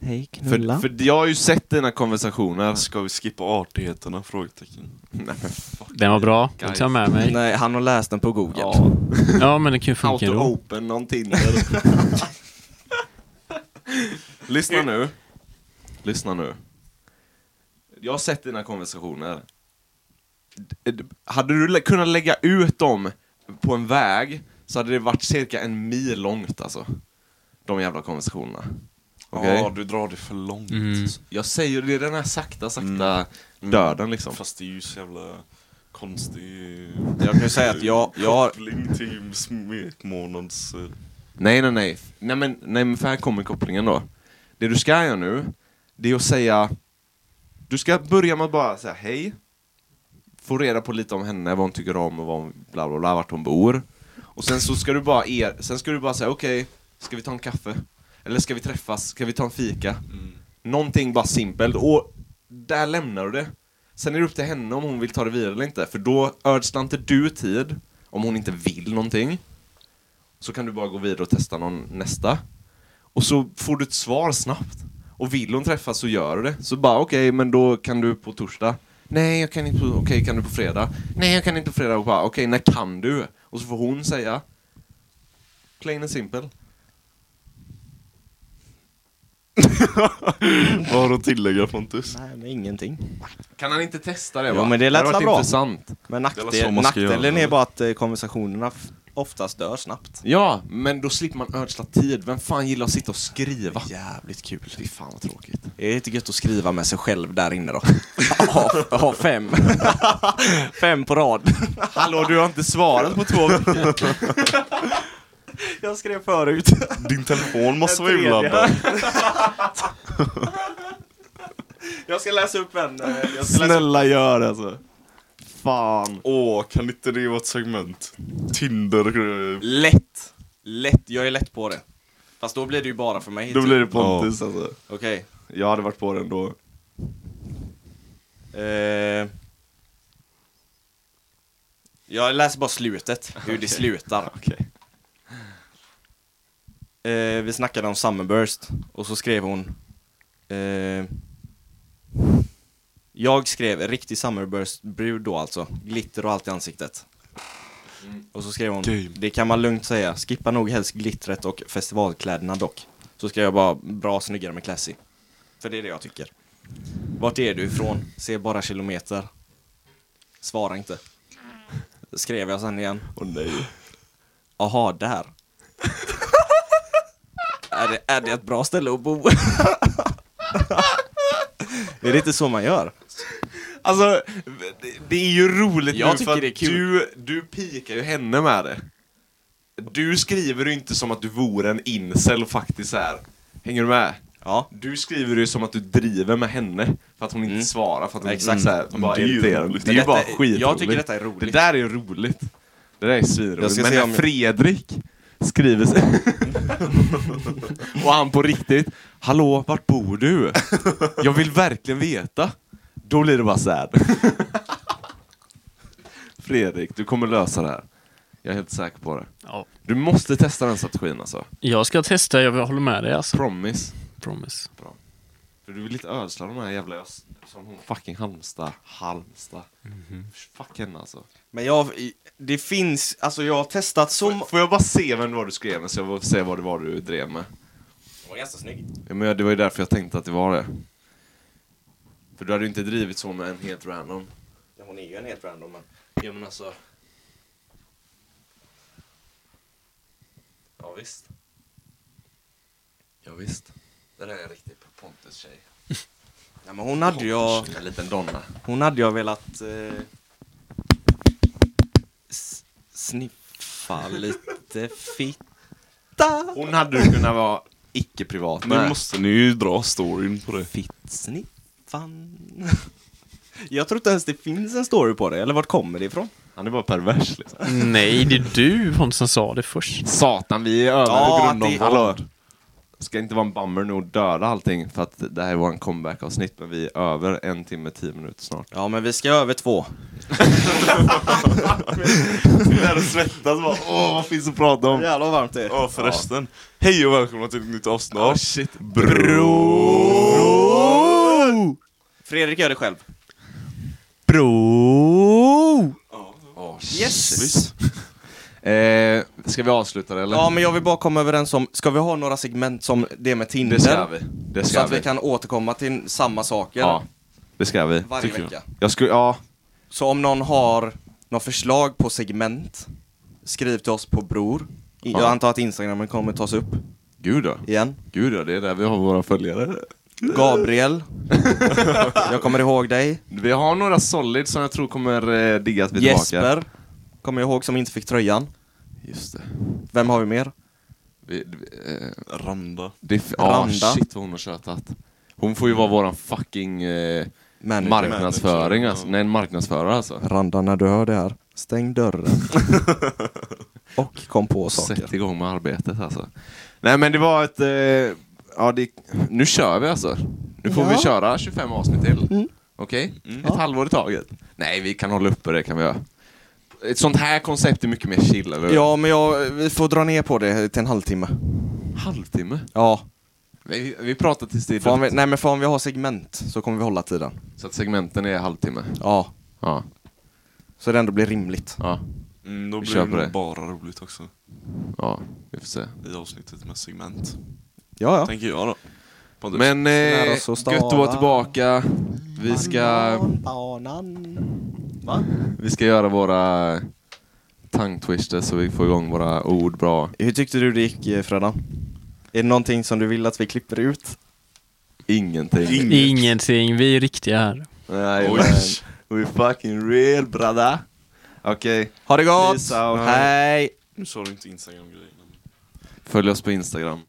Hej
För, för jag har ju sett dina konversationer.
Ska vi skippa artigheterna? Frågetecken.
Nej, men
Den var bra. Den tar jag med mig.
Nej, han har läst den på Google.
Ja, men det kan ju
How
funka
to
då.
open on Tinder. Lyssna nu. Lyssna nu. Jag har sett dina konversationer. D- d- Hade du lä- kunnat lägga ut dem på en väg så hade det varit cirka en mil långt alltså. De jävla konversationerna. Okej?
Ja, du drar det för långt.
Mm.
Jag säger det, det är den här sakta, sakta döden liksom.
Fast det är ju så jävla konstig...
Jag kan ju säga att jag, jag har...
Koppling till smekmånads... eh,
Nej, nej, nej. Nej men, nej, men för här kommer kopplingen då. Det du ska göra nu, det är att säga... Du ska börja med att bara säga hej. Få reda på lite om henne, vad hon tycker om och vad hon, bla bla bla, vart hon bor. Och sen så ska du bara, er, sen ska du bara säga okej, ska vi ta en kaffe? Eller ska vi träffas? Ska vi ta en fika? Någonting bara simpelt. Och där lämnar du det. Sen är det upp till henne om hon vill ta det vidare eller inte. För då ödslar inte du tid, om hon inte vill någonting. Så kan du bara gå vidare och testa någon nästa. Och så får du ett svar snabbt. Och vill hon träffas så gör du det. Så bara okej, men då kan du på torsdag. Nej, jag kan inte. på- Okej, kan du på fredag? Nej, jag kan inte på fredag. Och bara okej, när kan du? Och så får hon säga. Plain and simple.
Vad har du att tillägga Pontus?
Nej, men ingenting.
Kan han inte testa det?
Jo,
va?
men det lät
hade varit
bra.
intressant.
Men
Det är väl så
nackdel,
man ska
nackdelen
göra.
är bara att eh, konversationerna f- oftast dör snabbt.
Ja, men då slipper man ödsla tid. Vem fan gillar att sitta och skriva?
Jävligt kul.
Fy fan vad tråkigt.
Det är lite gött att skriva med sig själv där inne då. ha, ha fem. fem på rad.
Hallå, du har inte svarat på två veckor.
Jag skrev förut.
Din telefon måste
En
vara
tredje.
inblandad.
Jag ska läsa upp en. eh, Jag ska läsa upp.
Snälla gör det alltså. Fan.
Åh, kan inte det vara ett segment? Tinder... eh,
Lätt. Lätt. Jag är lätt på det. Fast då blir det ju bara för mig.
Då
typ.
blir det Pontus alltså.
Okej.
Jag hade varit på den då.
Eh, jag läser bara slutet, hur det slutar. Eh, vi snackade om Summerburst och så skrev hon eh, Jag skrev en riktig Summerburst-brud då alltså, glitter och allt i ansiktet. Och så skrev hon,
Game.
det kan man lugnt säga, skippa nog helst glittret och festivalkläderna dock. Så skrev jag bara, bra snyggare med classy. För det är det jag tycker. Vart är du ifrån? Ser bara kilometer. Svara inte. Skrev jag sen igen.
Åh nej.
Aha, där. är, det, är det ett bra ställe att bo? är det inte så man gör?
Alltså, det- det är ju roligt
Jag
nu
tycker
för att
det är kul.
du, du pikar ju henne med det. Du skriver ju inte som att du vore en incel och faktiskt är. Hänger du med?
Ja.
Du skriver ju som att du driver med henne för att hon inte
Mm.
svarar för att hon
Exakt.
så här, bara
det är ju
irriterande.
roligt.
Det är ju
Detta-
bara
jag
skitroligt.
tycker detta är roligt.
Det där är ju roligt. Det där är
Jag
svinroligt.
ska
Men
se
när
om jag-
Fredrik skriver sig... och han på riktigt, hallå, vart bor du? Jag vill verkligen veta. Då blir det bara sad. Fredrik, du kommer lösa det här. Jag är helt säker på det.
Ja.
Du måste testa den strategin alltså.
Jag ska testa, jag håller med dig alltså.
Promise.
Promise.
För du vill inte ödsla de här jävla ös- som hon fucking Halmstad. Halmstad. Fuck henne alltså.
Men jag, det finns, alltså jag har testat så
Får, får jag bara se vem det var du skrev med så jag får se vad det var du drev med?
Det var ganska snygg.
Ja, men jag- det var ju därför jag tänkte att det var det. För du hade ju inte drivit så med en helt random.
Hon är ju en helt random men.
Ja men alltså. Ja visst. Ja visst. Det där är en riktig Pontus-tjej.
Ja, men hon hade jag,
En liten donna.
hon hade jag velat eh, s- sniffa lite fitta.
Hon hade ju kunnat vara icke-privat
Nu måste ni ju dra storyn på det.
Fittsniffan. Jag tror inte ens det finns en story på det, eller vart kommer det ifrån?
Han är bara pervers liksom.
Nej, det är du Pontus som sa det först.
Satan, vi är över
Ja,
ja,
att
grundom.
det-
Hallå. Ska inte vara en bummer nu och döda allting för att det här är vår comeback-avsnitt men vi är över en timme, tio minuter snart.
Ja, men vi ska över två.
När du svettas bara, åh vad finns att prata om?
Jävlar vad varmt det är.
Ja förresten, hej och välkomna till ett nytt avsnitt av
Oh, shit.
Bro!
Fredrik gör det själv.
Bro!
Yes!
Visst.
Eh, ska vi avsluta det eller?
Ja, men jag vill bara komma överens om, ska vi ha några segment som det med Tinder?
det ska vi. Det
Så
ska
att vi
vi.
kan återkomma till samma saker
Ja, det ska vi.
varje
tycker jag.
vecka.
Jag skulle, ja.
Så om någon har något förslag på segment, skriv till oss på Bror. I- Jag
Ja.
antar att Instagramen kommer tas upp
Gud ja.
igen.
Gud ja, det är där vi har våra följare.
Gabriel, jag kommer ihåg dig.
Vi har några solid som jag tror kommer eh, digga att vi är tillbaka.
Jesper, kommer jag ihåg som inte fick tröjan.
Just det.
Vem har vi mer?
Vi, vi, eh,
Randa.
Det är f- ah,
Randa.
shit vad hon har tjötat. Hon får ju vara våran fucking eh,
Manager.
marknadsföring
Manager,
alltså.
ja.
Nej, en marknadsförare alltså.
Randa, när du hör det här, stäng dörren. Och kom på saker.
Sätt igång med arbetet alltså. Nej men det var ett... Eh, ja, det, nu kör vi alltså. Nu får vi köra 25 avsnitt till. Okej?
Mm.
Ett halvår i taget. Nej, vi kan hålla uppe det kan vi göra. Ett sånt här koncept är mycket mer chill, eller hur?
Ja, men jag, vi får dra ner på det till en halvtimme.
Halvtimme?
Ja.
Vi, vi pratar tills det är
För om vi,
dött.
nej, men för om vi har segment så kommer vi hålla tiden.
Så att segmenten är halvtimme.
Ja.
Ja.
Så det ändå blir rimligt.
Ja.
Mm,
Vi
då blir
kör
det
på
nog
det.
bara roligt också
Ja. Vi får se.
i avsnittet med segment.
Ja, ja.
Tänker jag då. Pontus.
Men eh,
Nära
gött
så
att
stava.
vara tillbaka. Vi ska,
Banan, banan. Va?
vi ska göra våra
tongue-twister så vi får igång våra ord bra.
Hur tyckte du det gick eh, Freddan? Är det någonting som du vill att vi klipper ut?
Ingenting.
Ingenting, vi är riktiga här.
Nej,
Oj.
men, we fucking real brada. Okej,
Ha det gott!
Peace out.
Hej!
följ oss på Instagram.